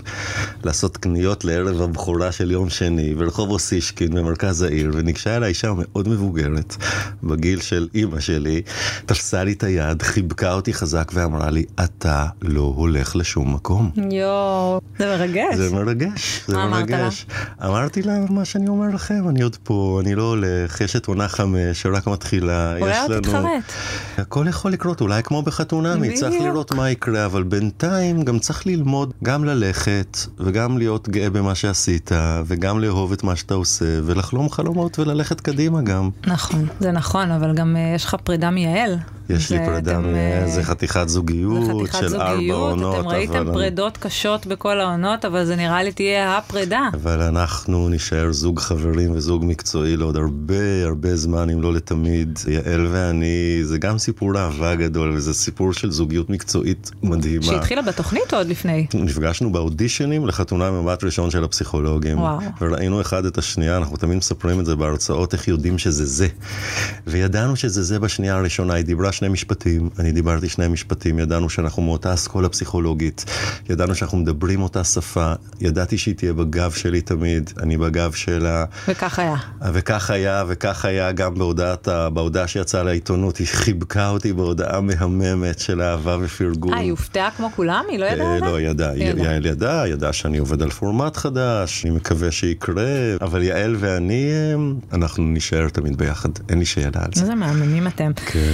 S9: לעשות קניות לערב הבכורה של יום שני ברחוב אוסישקין במרכז העיר, וניגשה אליי אישה מאוד מבוגרת, בגיל של אימא שלי, תפסה לי את היד, חיבקה אותי חזק ואמרה לי, אתה לא הולך לשום מקום.
S1: יואו, זה מרגש.
S9: זה מרגש, זה
S1: מה אמרת לה?
S9: מרגש. אמרתי לה מה שאני אומר לכם, אני עוד פה, אני לא הולך, יש את עונה חמש שרק מתחילה, יש
S1: אולי
S9: לנו...
S1: לא תתחרט.
S9: הכל יכול לקרות, אולי כמו בחתונמי, צריך
S1: בדיוק.
S9: לראות מה יקרה, אבל בינתיים גם צריך ללמוד גם ללכת, וגם להיות גאה במה שעשית, וגם לאהוב את מה שאתה עושה, ולחלום חלומות וללכת קדימה גם.
S1: נכון, זה נכון, אבל גם אה, יש לך פרידה מיעל.
S9: יש לי
S1: זה-
S9: פרידה,
S1: אתם, אה,
S9: מ- זה חתיכת
S1: זה
S9: זוגיות
S1: חתיכת
S9: של ארבע
S1: זוגיות,
S9: עונות,
S1: אתם ראיתם
S9: אבל-
S1: פרידות קשות בכל העונות, אבל זה נראה לי תהיה הפרידה.
S9: אבל אנחנו נישאר זוג חברים וזוג מקצועי לעוד הרבה הרבה זמן, אם לא לתמיד. יעל ואני, זה גם סיפור אהבה גדול, וזה סיפור של זוגיות מקצועית מדהימה.
S1: שהתחילה בתוכנית או עוד לפני?
S9: נפגשנו באודישנים לחתונה ממבט ראשון של הפסיכולוגים.
S1: וואו.
S9: וראינו אחד את השנייה, אנחנו תמיד מספרים את זה בהרצאות, איך יודעים שזה זה. וידענו שזה זה בשנייה הראשונה, היא דיברה שני משפטים, אני דיברתי שני משפטים, ידענו שאנחנו מאותה אסכולה פסיכולוגית, ידענו שאנחנו מדברים אותה שפה, ידעתי שהיא תהיה בגב שלי תמיד, אני בגב שלה.
S1: וכך היה.
S9: וכך היה, וכך היה גם בהודעת, ה- בהודעה שיצאה לעיתונות, היא חיבקה אותי בהודעה מהממת של אהבה ופרגון.
S1: אה, היא הופתעה כמו כולם? היא לא ידעה
S9: אה,
S1: על זה?
S9: לא, ידעה,
S1: ידעה.
S9: יעל ידעה, ידעה שאני עובד על פורמט חדש, אני מקווה שיקרה, אבל יעל ואני, אה, אנחנו נישאר תמיד ביחד, אין לי שאלה על זה.
S1: איזה מהממים אתם.
S9: כן.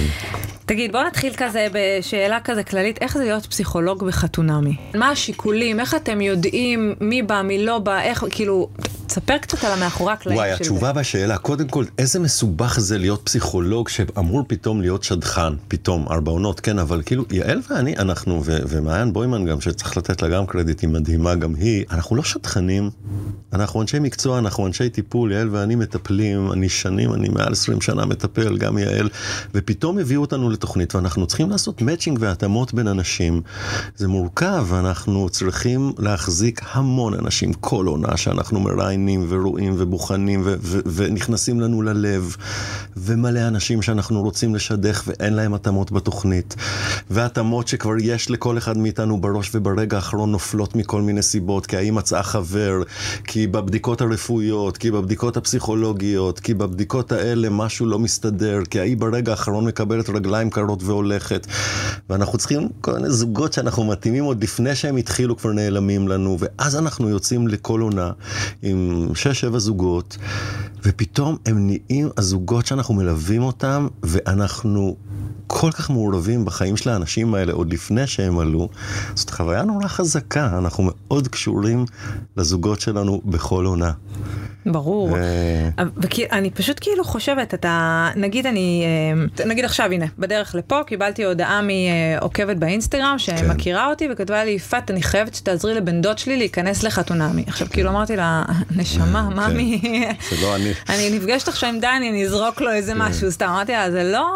S1: תגיד, בוא נתחיל כזה בשאלה כזה כללית, איך זה להיות פסיכולוג בחתונמי? מה השיקולים? איך אתם יודעים מי בא, מי לא בא, איך, כאילו, תספר קצת על המאחורי הקלעים של
S9: וואי,
S1: זה.
S9: התשובה בשאלה, קודם כל, איזה מסובך זה להיות פסיכולוג שאמור פתאום להיות שדכן, פתאום, ארבע עונות, כן, אבל כאילו, יעל ואני, אנחנו, ו- ומעיין בוימן גם, שצריך לתת לה גם קרדיט, היא מדהימה גם היא, אנחנו לא שדכנים, אנחנו אנשי מקצוע, אנחנו אנשי טיפול, יעל ואני מטפלים, אני שנים, אני מעל 20 שנה מטפל, גם יעל, ופתאום הביאו אותנו לתוכנית, ואנחנו צריכים לעשות מאצ'ינג והתאמות בין אנשים. זה מורכב, ואנחנו צריכים להחזיק המון אנשים כל עונה שאנחנו מראיינים ורואים ובוחנים ו- ו- ונכנסים לנו ללב, ומלא אנשים שאנחנו רוצים לשדך ואין להם התאמות בתוכנית, והתאמות שכבר יש לכל אחד מאיתנו בראש וברגע האחרון נופלות מכל מיני סיבות, כי האם מצאה חבר, כי בבדיקות הרפואיות, כי בבדיקות הפסיכולוגיות, כי בבדיקות האלה משהו לא מסתדר, כי ההיא ברגע האחרון מקבלת רגליים קרות והולכת. ואנחנו צריכים כל מיני זוגות שאנחנו מתאימים עוד לפני שהם התחילו כבר נעלמים לנו, ואז אנחנו יוצאים לכל עונה עם 6-7 זוגות, ופתאום הם נהיים הזוגות שאנחנו מלווים אותם, ואנחנו... כל כך מעורבים בחיים של האנשים האלה עוד לפני שהם עלו, זאת חוויה נורא חזקה, אנחנו מאוד קשורים לזוגות שלנו בכל עונה.
S1: ברור.
S9: אה,
S1: ואני פשוט כאילו חושבת, אתה, נגיד אני, אה, נגיד עכשיו הנה, בדרך לפה קיבלתי הודעה מעוקבת באינסטגרם
S9: כן.
S1: שמכירה אותי וכתבה לי, יפעת, אני חייבת שתעזרי לבן דוד שלי להיכנס לחתונמי. עכשיו כאילו אמרתי לה, נשמה, מה
S9: כן.
S1: מי...
S9: זה לא אני.
S1: אני נפגשת עכשיו עם דני, אני אזרוק לו
S9: כן.
S1: איזה משהו, סתם אמרתי לה, זה לא,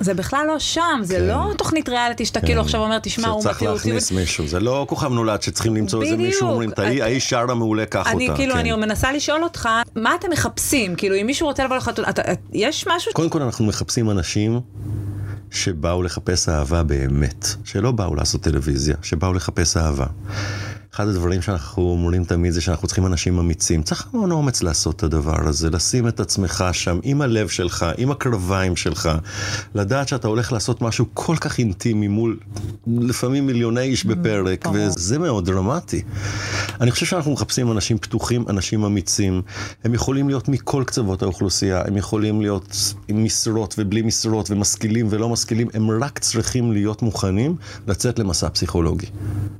S1: זה בכלל לא שם,
S9: כן.
S1: זה לא תוכנית ריאליטי שאתה כאילו עכשיו אומר, תשמע, הוא
S9: שצריך
S1: מטיל אותי
S9: כן. להכניס מישהו, זה לא כוכב נולד שצריכים למצוא איזה מישהו,
S1: בדיוק.
S9: אומרים, "את ההיא-
S1: את-
S9: ההיא שרה מעולה, קח אותה.
S1: אני כאילו,
S9: כן.
S1: אני מנסה לשאול אותך, מה אתם מחפשים? כאילו, אם מישהו רוצה לבוא לחתונה, אתה- את- יש משהו?
S9: קודם כל אנחנו מחפשים אנשים שבאו לחפש אהבה באמת, שלא באו לעשות טלוויזיה, שבאו לחפש אהבה. אחד הדברים שאנחנו אומרים תמיד זה שאנחנו צריכים אנשים אמיצים. צריך המון אומץ לעשות את הדבר הזה, לשים את עצמך שם עם הלב שלך, עם הקרביים שלך, לדעת שאתה הולך לעשות משהו כל כך אינטימי מול לפעמים מיליוני איש בפרק, וזה מאוד דרמטי. אני חושב שאנחנו מחפשים אנשים פתוחים, אנשים אמיצים. הם יכולים להיות מכל קצוות האוכלוסייה, הם יכולים להיות עם משרות ובלי משרות, ומשכילים ולא משכילים, הם רק צריכים להיות מוכנים לצאת למסע פסיכולוגי.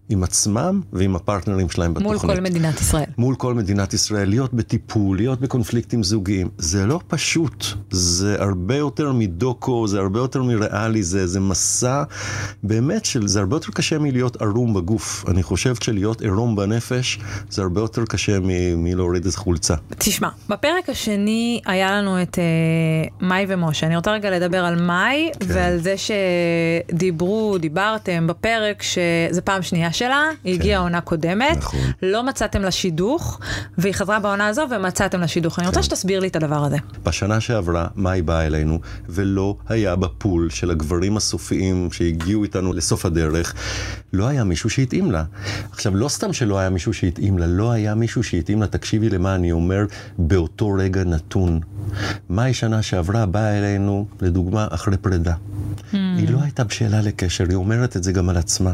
S9: עם עצמם ועם הפרטנרים שלהם
S1: מול
S9: בתוכנית.
S1: כל מדינת ישראל.
S9: מול כל מדינת ישראל, להיות בטיפול, להיות בקונפליקטים זוגיים, זה לא פשוט, זה הרבה יותר מדוקו, זה הרבה יותר מריאלי, זה, זה מסע, באמת, של, זה הרבה יותר קשה מלהיות ערום בגוף. אני חושב שלהיות עירום בנפש, זה הרבה יותר קשה מ- מלהוריד איזה חולצה.
S1: תשמע, בפרק השני היה לנו את אה, מאי ומשה. אני רוצה רגע לדבר על מאי ועל זה שדיברו, דיברתם בפרק, שזו פעם שנייה שלה, היא הגיעה עונה קודמת, לא מצאתם לה שידוך, והיא חזרה בעונה הזו ומצאתם לה שידוך. אני רוצה שתסביר לי את הדבר הזה.
S9: בשנה שעברה, מאי באה אלינו, ולא היה בפול של הגברים הסופיים שהגיעו איתנו לסוף הדרך, לא היה מישהו שהתאים לה. עכשיו, לא סתם שלא היה מישהו שהתאים לה, לא היה מישהו שהתאים לה, תקשיבי למה אני אומר, באותו רגע נתון. מאי שנה שעברה באה אלינו, לדוגמה, אחרי פרידה. היא לא הייתה בשאלה לקשר, היא אומרת את זה גם על עצמה.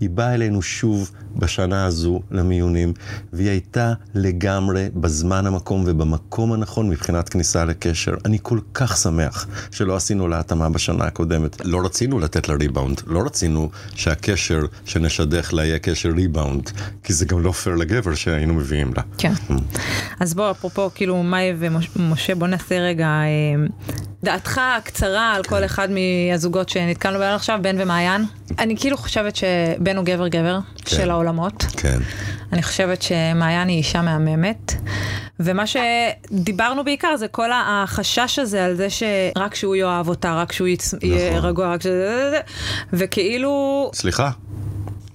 S9: היא באה אלינו שוב בשנה הזו למיונים, והיא הייתה לגמרי בזמן המקום ובמקום הנכון מבחינת כניסה לקשר. אני כל כך שמח שלא עשינו לה התאמה בשנה הקודמת. לא רצינו לתת לה ריבאונד, לא רצינו שהקשר שנשדך לה יהיה קשר ריבאונד, כי זה גם לא פייר לגבר שהיינו מביאים לה.
S1: כן. אז בוא, אפרופו, כאילו, מאי ומשה, בוא נעשה רגע אה, דעתך הקצרה על כל אחד מהזוגות שנתקלנו בהם עכשיו, בן ומעיין. אני כאילו חושבת שבן הוא גבר גבר של העולמות.
S9: כן.
S1: אני חושבת שמעיין היא אישה מהממת. ומה שדיברנו בעיקר זה כל החשש הזה על זה שרק שהוא יאהב אותה, רק שהוא יצ... יהיה
S9: נכון.
S1: רגוע, רק ש... וכאילו...
S9: סליחה.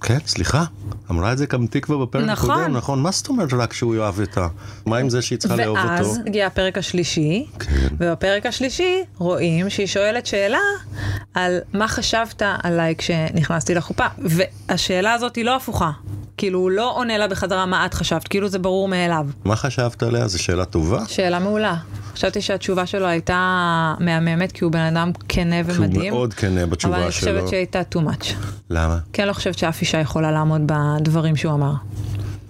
S9: כן, סליחה. אמרה את זה גם תקווה בפרק
S1: נכון.
S9: הקודם, נכון? מה זאת אומרת רק שהוא יאהב אותה? מה עם זה שהיא צריכה לאהוב אותו? כן.
S1: ואז הגיע הפרק השלישי, ובפרק השלישי רואים שהיא שואלת שאלה על מה חשבת עליי כשנכנסתי לחופה, והשאלה הזאת היא לא הפוכה. כאילו, הוא לא עונה לה בחזרה מה את חשבת, כאילו זה ברור מאליו.
S9: מה חשבת עליה? זו שאלה טובה.
S1: שאלה מעולה. חשבתי שהתשובה שלו הייתה מהממת, כי הוא בן אדם כנה
S9: כי הוא
S1: ומדהים.
S9: מאוד כנה
S1: אבל
S9: בתשובה
S1: אני
S9: שלו.
S1: חושבת שהיא הייתה too much.
S9: למה?
S1: כי אני לא חושבת שאף אישה יכולה לעמוד בדברים שהוא אמר.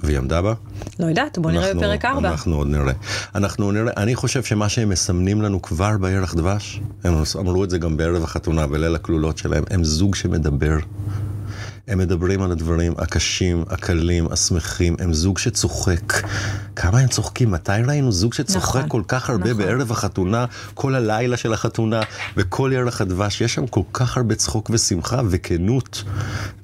S9: והיא עמדה בה?
S1: לא יודעת, בוא נראה
S9: אנחנו-
S1: בפרק 4.
S9: אנחנו עוד נראה. אנחנו נראה, אני חושב שמה שהם מסמנים לנו כבר בירח דבש, הם אמרו את זה גם בערב החתונה, בליל הכלולות שלהם, הם זוג שמדבר. הם מדברים על הדברים הקשים, הקלים, השמחים, הם זוג שצוחק. כמה הם צוחקים? מתי ראינו זוג שצוחק
S1: נכון,
S9: כל כך הרבה
S1: נכון.
S9: בערב החתונה, כל הלילה של החתונה, וכל ירח הדבש? יש שם כל כך הרבה צחוק ושמחה וכנות,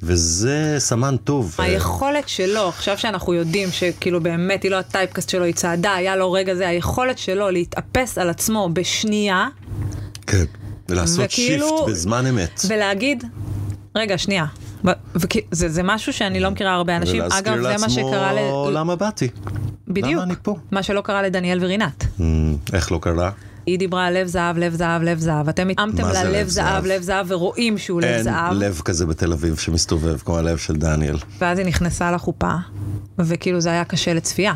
S9: וזה סמן טוב.
S1: היכולת שלו, עכשיו שאנחנו יודעים שכאילו באמת היא לא הטייפקאסט שלו, היא צעדה, היה לו רגע זה, היכולת שלו להתאפס על עצמו בשנייה
S9: כן, ולעשות
S1: וכאילו-
S9: שיפט בזמן אמת.
S1: ולהגיד, רגע, שנייה. ו- וכי- זה, זה משהו שאני לא מכירה הרבה אנשים,
S9: ולהזכיר
S1: אגב זה מה
S9: לעצמו
S1: שקרה, ל...
S9: למה באתי?
S1: בדיוק,
S9: למה אני פה?
S1: מה שלא קרה לדניאל ורינת.
S9: אמ, איך לא קרה?
S1: היא דיברה על לב זהב, לב זהב, לב זהב, אתם התאמתם
S9: מה
S1: לה
S9: זה לב
S1: לב
S9: זהב?
S1: זהב, לב זהב, ורואים שהוא לב
S9: אין
S1: זהב,
S9: לב כזה בתל אביב שמסתובב כמו הלב של דניאל.
S1: ואז היא נכנסה לחופה, וכאילו זה היה קשה לצפייה.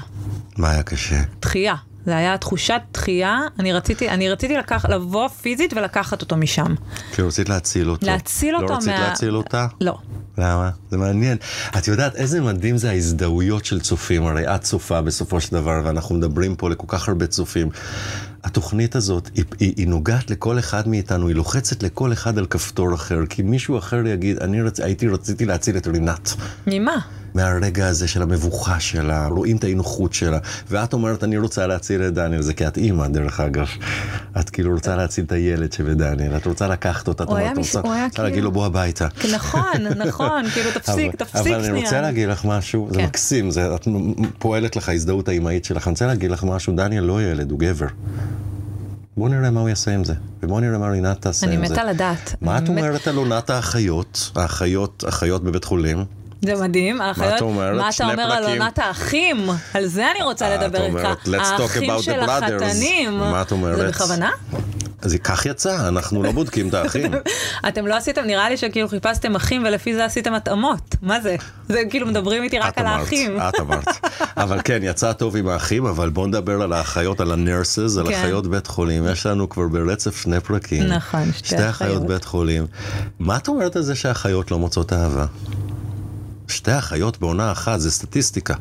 S9: מה היה קשה?
S1: דחייה. זה היה תחושת דחייה, אני רציתי, אני רציתי לקח, לבוא פיזית ולקחת אותו משם.
S9: כי כאילו, רצית להציל אותו.
S1: להציל אותו
S9: לא רצית
S1: מה-
S9: להציל אותה?
S1: לא.
S9: למה? זה מעניין. את יודעת איזה מדהים זה ההזדהויות של צופים, הרי את צופה בסופו של דבר, ואנחנו מדברים פה לכל כך הרבה צופים. התוכנית הזאת, היא, היא, היא נוגעת לכל אחד מאיתנו, היא לוחצת לכל אחד על כפתור אחר, כי מישהו אחר יגיד, אני רצ... הייתי רציתי להציל את רינת.
S1: ממה?
S9: מהרגע הזה של המבוכה שלה, רואים את האי נוחות שלה, ואת אומרת, אני רוצה להציל את דניאל, זה כי את אימא, דרך אגב. את כאילו רוצה להציל את הילד שבדניאל, את רוצה לקחת אותה, את
S1: הוא
S9: אומרת,
S1: היה
S9: את
S1: מש-
S9: רוצה
S1: הוא היה
S9: רוצה להגיד
S1: כאילו-
S9: לו, בוא הביתה.
S1: נכון, נכון, כאילו תפסיק,
S9: אבל-
S1: תפסיק
S9: אבל
S1: שנייה.
S9: אני רוצה להגיד לך משהו, זה
S1: כן.
S9: מקסים, זה- את פועלת לך ההזדהות האימהית שלך. אני רוצה להגיד לך משהו, דניאל לא ילד, הוא גבר. בואו נראה מה הוא יעשה עם זה, ובואו נראה מה רינת תעשה עם
S1: אני
S9: זה.
S1: מתה לדעת.
S9: מה את
S1: אני מת-
S9: אומרת על עונת האחיות, האחיות, אחיות בבית חולים?
S1: זה מדהים, האחיות.
S9: אומרת?
S1: מה אתה
S9: שני
S1: אומר על
S9: פרקים.
S1: עונת האחים? על זה אני רוצה לדבר איתך.
S9: אומרת, "Let's talk
S1: האחים
S9: about the
S1: של
S9: brothers".
S1: החתנים.
S9: מה את אומרת?
S1: זה בכוונה?
S9: זה כך יצא, אנחנו לא בודקים
S1: (laughs)
S9: את האחים.
S1: אתם לא עשיתם, נראה לי שכאילו חיפשתם אחים ולפי זה עשיתם התאמות. מה זה? זה כאילו מדברים איתי רק
S9: את
S1: על
S9: אמרת,
S1: האחים.
S9: את אמרת. אבל כן, יצא טוב עם האחים, אבל בואו נדבר על האחיות, על הנרסס, על
S1: כן.
S9: אחיות בית חולים. יש לנו כבר ברצף שני פרקים.
S1: נכון, שתי
S9: שתי אחיות
S1: אחיות.
S9: בית חולים. מה את אומרת על זה שהאחיות לא מוצאות אהבה? שתי אחיות בעונה אחת, זה סטטיסטיקה.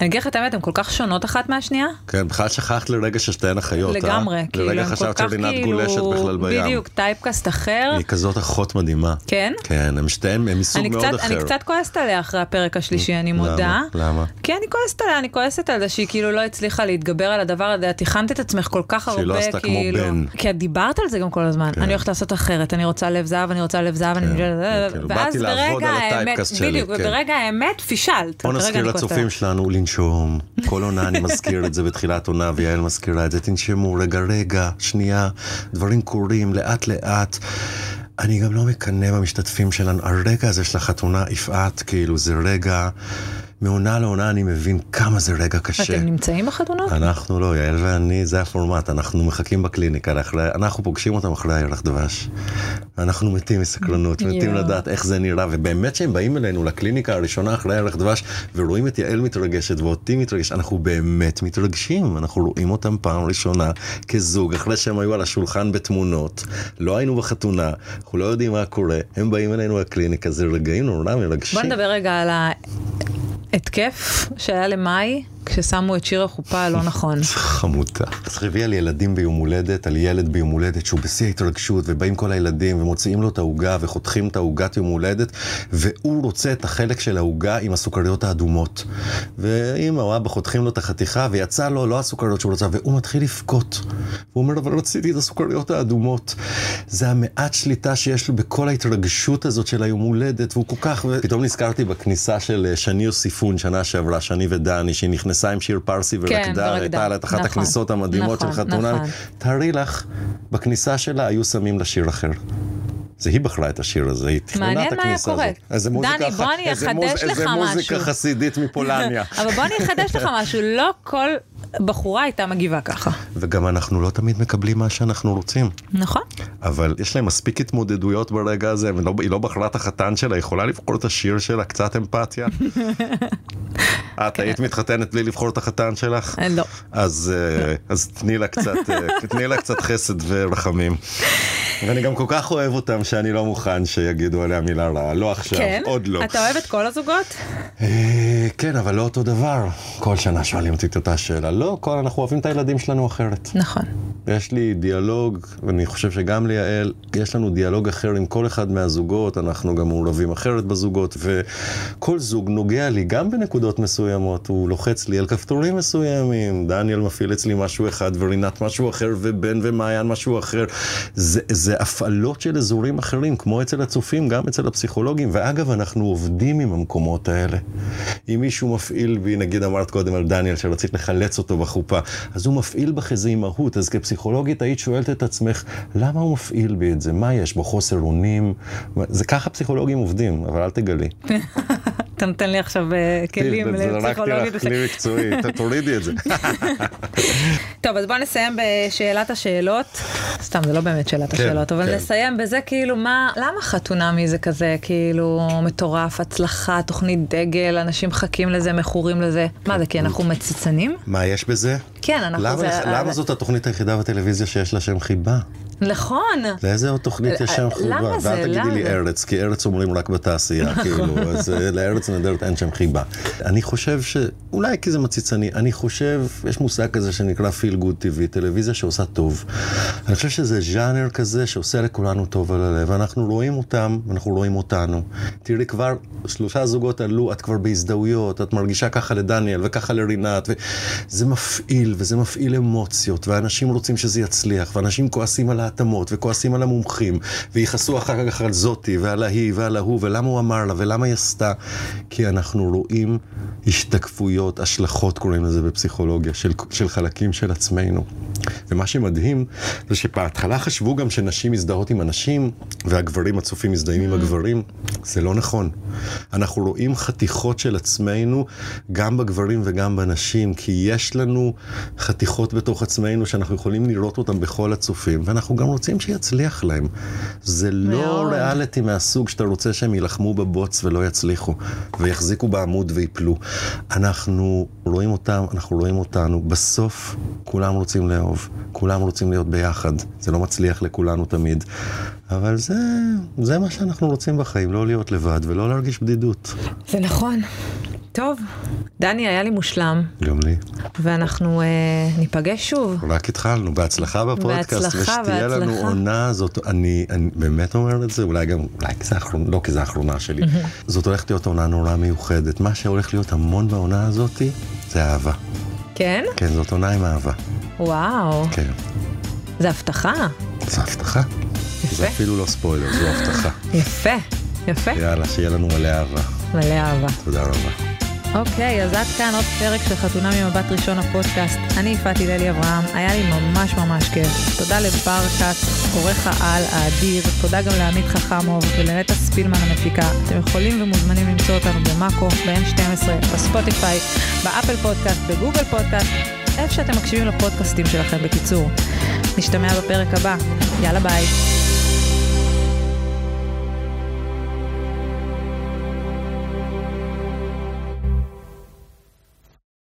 S1: אני אגיד לך את האמת, הן כל כך שונות אחת מהשנייה.
S9: כן, בכלל שכחת לרגע ששתיהן אחיות, אה?
S1: לגמרי. כאילו,
S9: לרגע
S1: הן כל
S9: חשבת
S1: כך
S9: שרינת
S1: כאילו...
S9: גולשת בכלל בים.
S1: בדיוק, טייפקאסט אחר.
S9: היא כזאת אחות מדהימה.
S1: כן?
S9: כן, הם שתיהן, הם מסוג
S1: אני
S9: מאוד
S1: קצת,
S9: אחר.
S1: אני קצת כועסת עליה אחרי הפרק השלישי, אני
S9: למה?
S1: מודה.
S9: למה?
S1: כי אני כועסת עליה, אני כועסת על זה שהיא כאילו לא הצליחה להתגבר על הדבר הזה, את הכנת את עצמך כל כך הרבה,
S9: שהיא לא עשתה כמו
S1: כאילו...
S9: בן. כן.
S1: כי את דיברת על זה גם כל הזמן, אני הולכת לעשות אחרת, אני רוצה לב זהב, אני רוצה לב זהב, אני...
S9: כאילו,
S1: ואז
S9: באתי לעבוד
S1: ברגע
S9: על
S1: האמת,
S9: הטייפקאסט שלי,
S1: בדיוק,
S9: כן.
S1: וברגע האמת פישלת.
S9: בוא
S1: כרגע
S9: נזכיר
S1: אני כועסת
S9: לצופים
S1: עליה.
S9: שלנו לנשום. כל עונה אני מזכיר את זה בתחילת עונה, ויעל מזכירה את זה. תנשמו, רגע, רגע, שנייה, דברים קורים לאט לאט. אני גם לא מקנא במשתתפים שלנו. הרגע הזה של החתונה, יפעת, כאילו, זה רגע... מעונה לעונה אני מבין כמה זה רגע קשה.
S1: אתם נמצאים בחתונה?
S9: אנחנו לא, יעל ואני, זה הפורמט, אנחנו מחכים בקליניקה, לאחרי, אנחנו פוגשים אותם אחרי הירח דבש. אנחנו מתים מסקרנות, מתים
S1: יואו.
S9: לדעת איך זה נראה, ובאמת שהם באים אלינו לקליניקה הראשונה אחרי הירח דבש, ורואים את יעל מתרגשת ואותי מתרגשת, אנחנו באמת מתרגשים, אנחנו רואים אותם פעם ראשונה כזוג, אחרי שהם היו על השולחן בתמונות, לא היינו בחתונה, אנחנו לא יודעים מה קורה, הם באים אלינו לקליניקה, זה רגעים נורא מרגשים.
S1: בוא נדבר רגע על ההתקף שהיה למאי, כששמו את שיר החופה הלא נכון.
S9: חמודה. תחשבי על ילדים ביום הולדת, על ילד ביום הולדת שהוא בשיא ההתרגשות, ובאים כל הילדים ומוציאים לו את העוגה וחותכים את העוגת יום הולדת, והוא רוצה את החלק של העוגה עם הסוכריות האדומות. ואמא או אבא חותכים לו את החתיכה, ויצא לו לא הסוכריות שהוא רצה, והוא מתחיל לבכות. הוא אומר, אבל רציתי את הסוכריות האדומות. זה המעט שליטה שיש לו בכל ההתרגשות הזאת של היום הולדת, והוא כל כך... פתאום נזכרתי בכניסה של אה, שני יוסיפון שנה שעברה, שני ודני, שהיא נכנסה עם שיר פרסי ורקדה,
S1: ורקדה.
S9: הראתה לה את אחת
S1: כן, נכון,
S9: הכניסות המדהימות של
S1: נכון,
S9: חתונה.
S1: נכון.
S9: תארי לך, בכניסה שלה היו שמים לה שיר אחר. זה היא בחרה את השיר הזה, היא תכננה
S1: מעניין
S9: את
S1: מה היה
S9: הכניסה הזאת.
S1: קורה.
S9: אז זה מוזיקה
S1: דני,
S9: ח-
S1: בוא אני
S9: איזה מוז-
S1: אחדש לך
S9: איזה מוזיקה
S1: משהו.
S9: חסידית מפולניה.
S1: (laughs) אבל בוא אני אחדש לך משהו, לא כל בחורה הייתה מגיבה ככה.
S9: וגם אנחנו לא תמיד מקבלים מה שאנחנו רוצים.
S1: נכון?
S9: אבל יש להם מספיק התמודדויות ברגע הזה, ולא- היא לא בחרה את החתן שלה, היא יכולה לבחור את השיר שלה,
S1: (laughs)
S9: קצת אמפתיה. את היית מתחתנת בלי לבחור את החתן שלך?
S1: כן. אה, לא.
S9: אז, אה, אז תני לה קצת,
S1: (laughs)
S9: אה, תני לה קצת חסד ורחמים. ואני גם כל כך אוהב אותם שאני לא מוכן שיגידו עליה מילה רעה, לא עכשיו,
S1: כן?
S9: עוד לא.
S1: אתה אוהב את כל הזוגות?
S9: אה, כן, אבל לא אותו דבר. כל שנה שואלים אותי את אותה שאלה. לא, כל, אנחנו אוהבים את הילדים שלנו אחרת.
S1: נכון.
S9: יש לי דיאלוג, ואני חושב שגם ליעל, יש לנו דיאלוג אחר עם כל אחד מהזוגות, אנחנו גם מעורבים אחרת בזוגות, וכל זוג נוגע לי גם בנקודות מסוימות, הוא לוחץ לי על כפתורים מסוימים, דניאל מפעיל אצלי משהו אחד, ורינת משהו אחר, ובן ומעיין משהו אחר. זה, זה הפעלות של אזורים אחרים, כמו אצל הצופים, גם אצל הפסיכולוגים, ואגב, אנחנו עובדים עם המקומות האלה. אם מישהו מפעיל בי, נגיד אמרת קודם על דניאל, שרצית לחלץ אותו בחופה, אז הוא מפעיל בך איזו אימהות, אז כפסיכולוגית היית שואלת את עצמך, למה הוא מפעיל בי את זה? מה יש בו? חוסר אונים? מה- זה ככה פסיכולוגים עובדים, אבל אל תגלי.
S1: אתה נותן לי עכשיו אה, כלים
S9: זה- זה
S1: לפסיכולוגית.
S9: זרקתי לך כלי מקצועי, ת- תורידי את זה.
S1: (laughs) טוב, אז בוא נסיים בשאלת השאלות. סתם, זה לא באמת שאלת השאלות, אבל
S9: כן.
S1: נסיים בזה כאילו מה, למה חתונמי זה כזה כאילו מטורף, הצלחה, תוכנית דגל, אנשים מחכים לזה, מכורים לזה? מה זה, כי אנחנו מציצנים?
S9: מה יש בזה?
S1: כן, אנחנו
S9: למה
S1: זה...
S9: למה זאת התוכנית היחידה בטלוויזיה שיש לה שם חיבה?
S5: נכון.
S9: לאיזה עוד תוכנית יש שם
S5: למה
S9: חיבה?
S5: זה?
S9: ואל תגידי לי
S5: למה?
S9: ארץ, כי ארץ אומרים
S5: (laughs)
S9: רק בתעשייה,
S5: נכון.
S9: כאילו, אז אה, לארץ נהדרת אין שם חיבה. אני חושב ש... אולי כי זה מציצני, אני חושב, יש מושג כזה שנקרא פיל גוד טבעי, טלוויזיה שעושה טוב. אני חושב שזה ז'אנר כזה שעושה לכולנו טוב על הלב, אנחנו רואים אותם, אנחנו רואים אותנו. תראי, כבר שלושה זוגות עלו, את כבר בהזדהויות, את מרגישה ככה לדניאל וככה לרינת, וזה מפעיל, וזה מפעיל אמוציות, ואנשים רוצים שזה יצליח, ואנשים כועסים על ההתאמות, וכועסים על המומחים, ויכעסו אחר כך על זאתי, ועל ההיא, ועל ההוא, ולמה הוא אמר לה, ולמה היא עשתה, כי אנחנו רואים השתקפויות, השלכות קוראים לזה בפסיכולוגיה, של, של חלקים של עצמנו. ומה שמדהים, זה שבהתחלה חשבו גם שנשים מזדהות עם הנשים, והגברים הצופים מזדהים עם הגברים. זה לא נכון. אנחנו רואים חתיכות של עצמנו, גם בגברים וגם בנשים, כי יש לנו חתיכות בתוך עצמנו שאנחנו יכולים לראות אותן בכל הצופים, ואנחנו גם רוצים שיצליח להם. זה לא
S11: מאוד.
S9: ריאליטי מהסוג שאתה רוצה שהם יילחמו בבוץ ולא יצליחו, ויחזיקו בעמוד ויפלו. אנחנו רואים אותם, אנחנו רואים אותנו. בסוף כולם רוצים לאהוב, כולם רוצים להיות ביחד. זה לא מצליח לכולנו תמיד. אבל זה, זה מה שאנחנו רוצים בחיים, לא להיות לבד ולא להרגיש בדידות.
S1: זה נכון. טוב, דני, היה לי מושלם,
S9: גם לי.
S1: ואנחנו אה, ניפגש שוב.
S9: רק התחלנו, בהצלחה בפודקאסט,
S1: בהצלחה,
S9: ושתהיה לנו
S1: בהצלחה.
S9: עונה, זאת, אני, אני באמת אומר את זה, אולי גם, אולי כי זה האחרונה, לא כי זה האחרונה שלי.
S1: מהמם.
S9: זאת הולכת להיות עונה נורא מיוחדת. מה שהולך להיות המון בעונה הזאת, זה אהבה.
S1: כן?
S9: כן, זאת עונה עם אהבה.
S1: וואו,
S9: כן,
S1: זו הבטחה.
S9: זו הבטחה. זה אפילו לא ספוילר, זו הבטחה.
S1: יפה, יפה.
S9: יאללה, שיהיה לנו מלא אהבה.
S1: מלא אהבה.
S9: תודה רבה.
S1: אוקיי, אז עד כאן עוד פרק של חתונה ממבט ראשון הפודקאסט. אני יפעת הלל אברהם, היה לי ממש ממש כיף. תודה לבר כץ, עורך העל האדיר, תודה גם לעמית חכמוב ולנטע ספילמן המפיקה. אתם יכולים ומוזמנים למצוא אותנו במאקו, ב-N12, בספוטיפיי, באפל פודקאסט, בגוגל פודקאסט, איפה שאתם מקשיבים לפודקאסטים שלכם בקיצור. נשתמע בפרק הבא, יאללה ביי.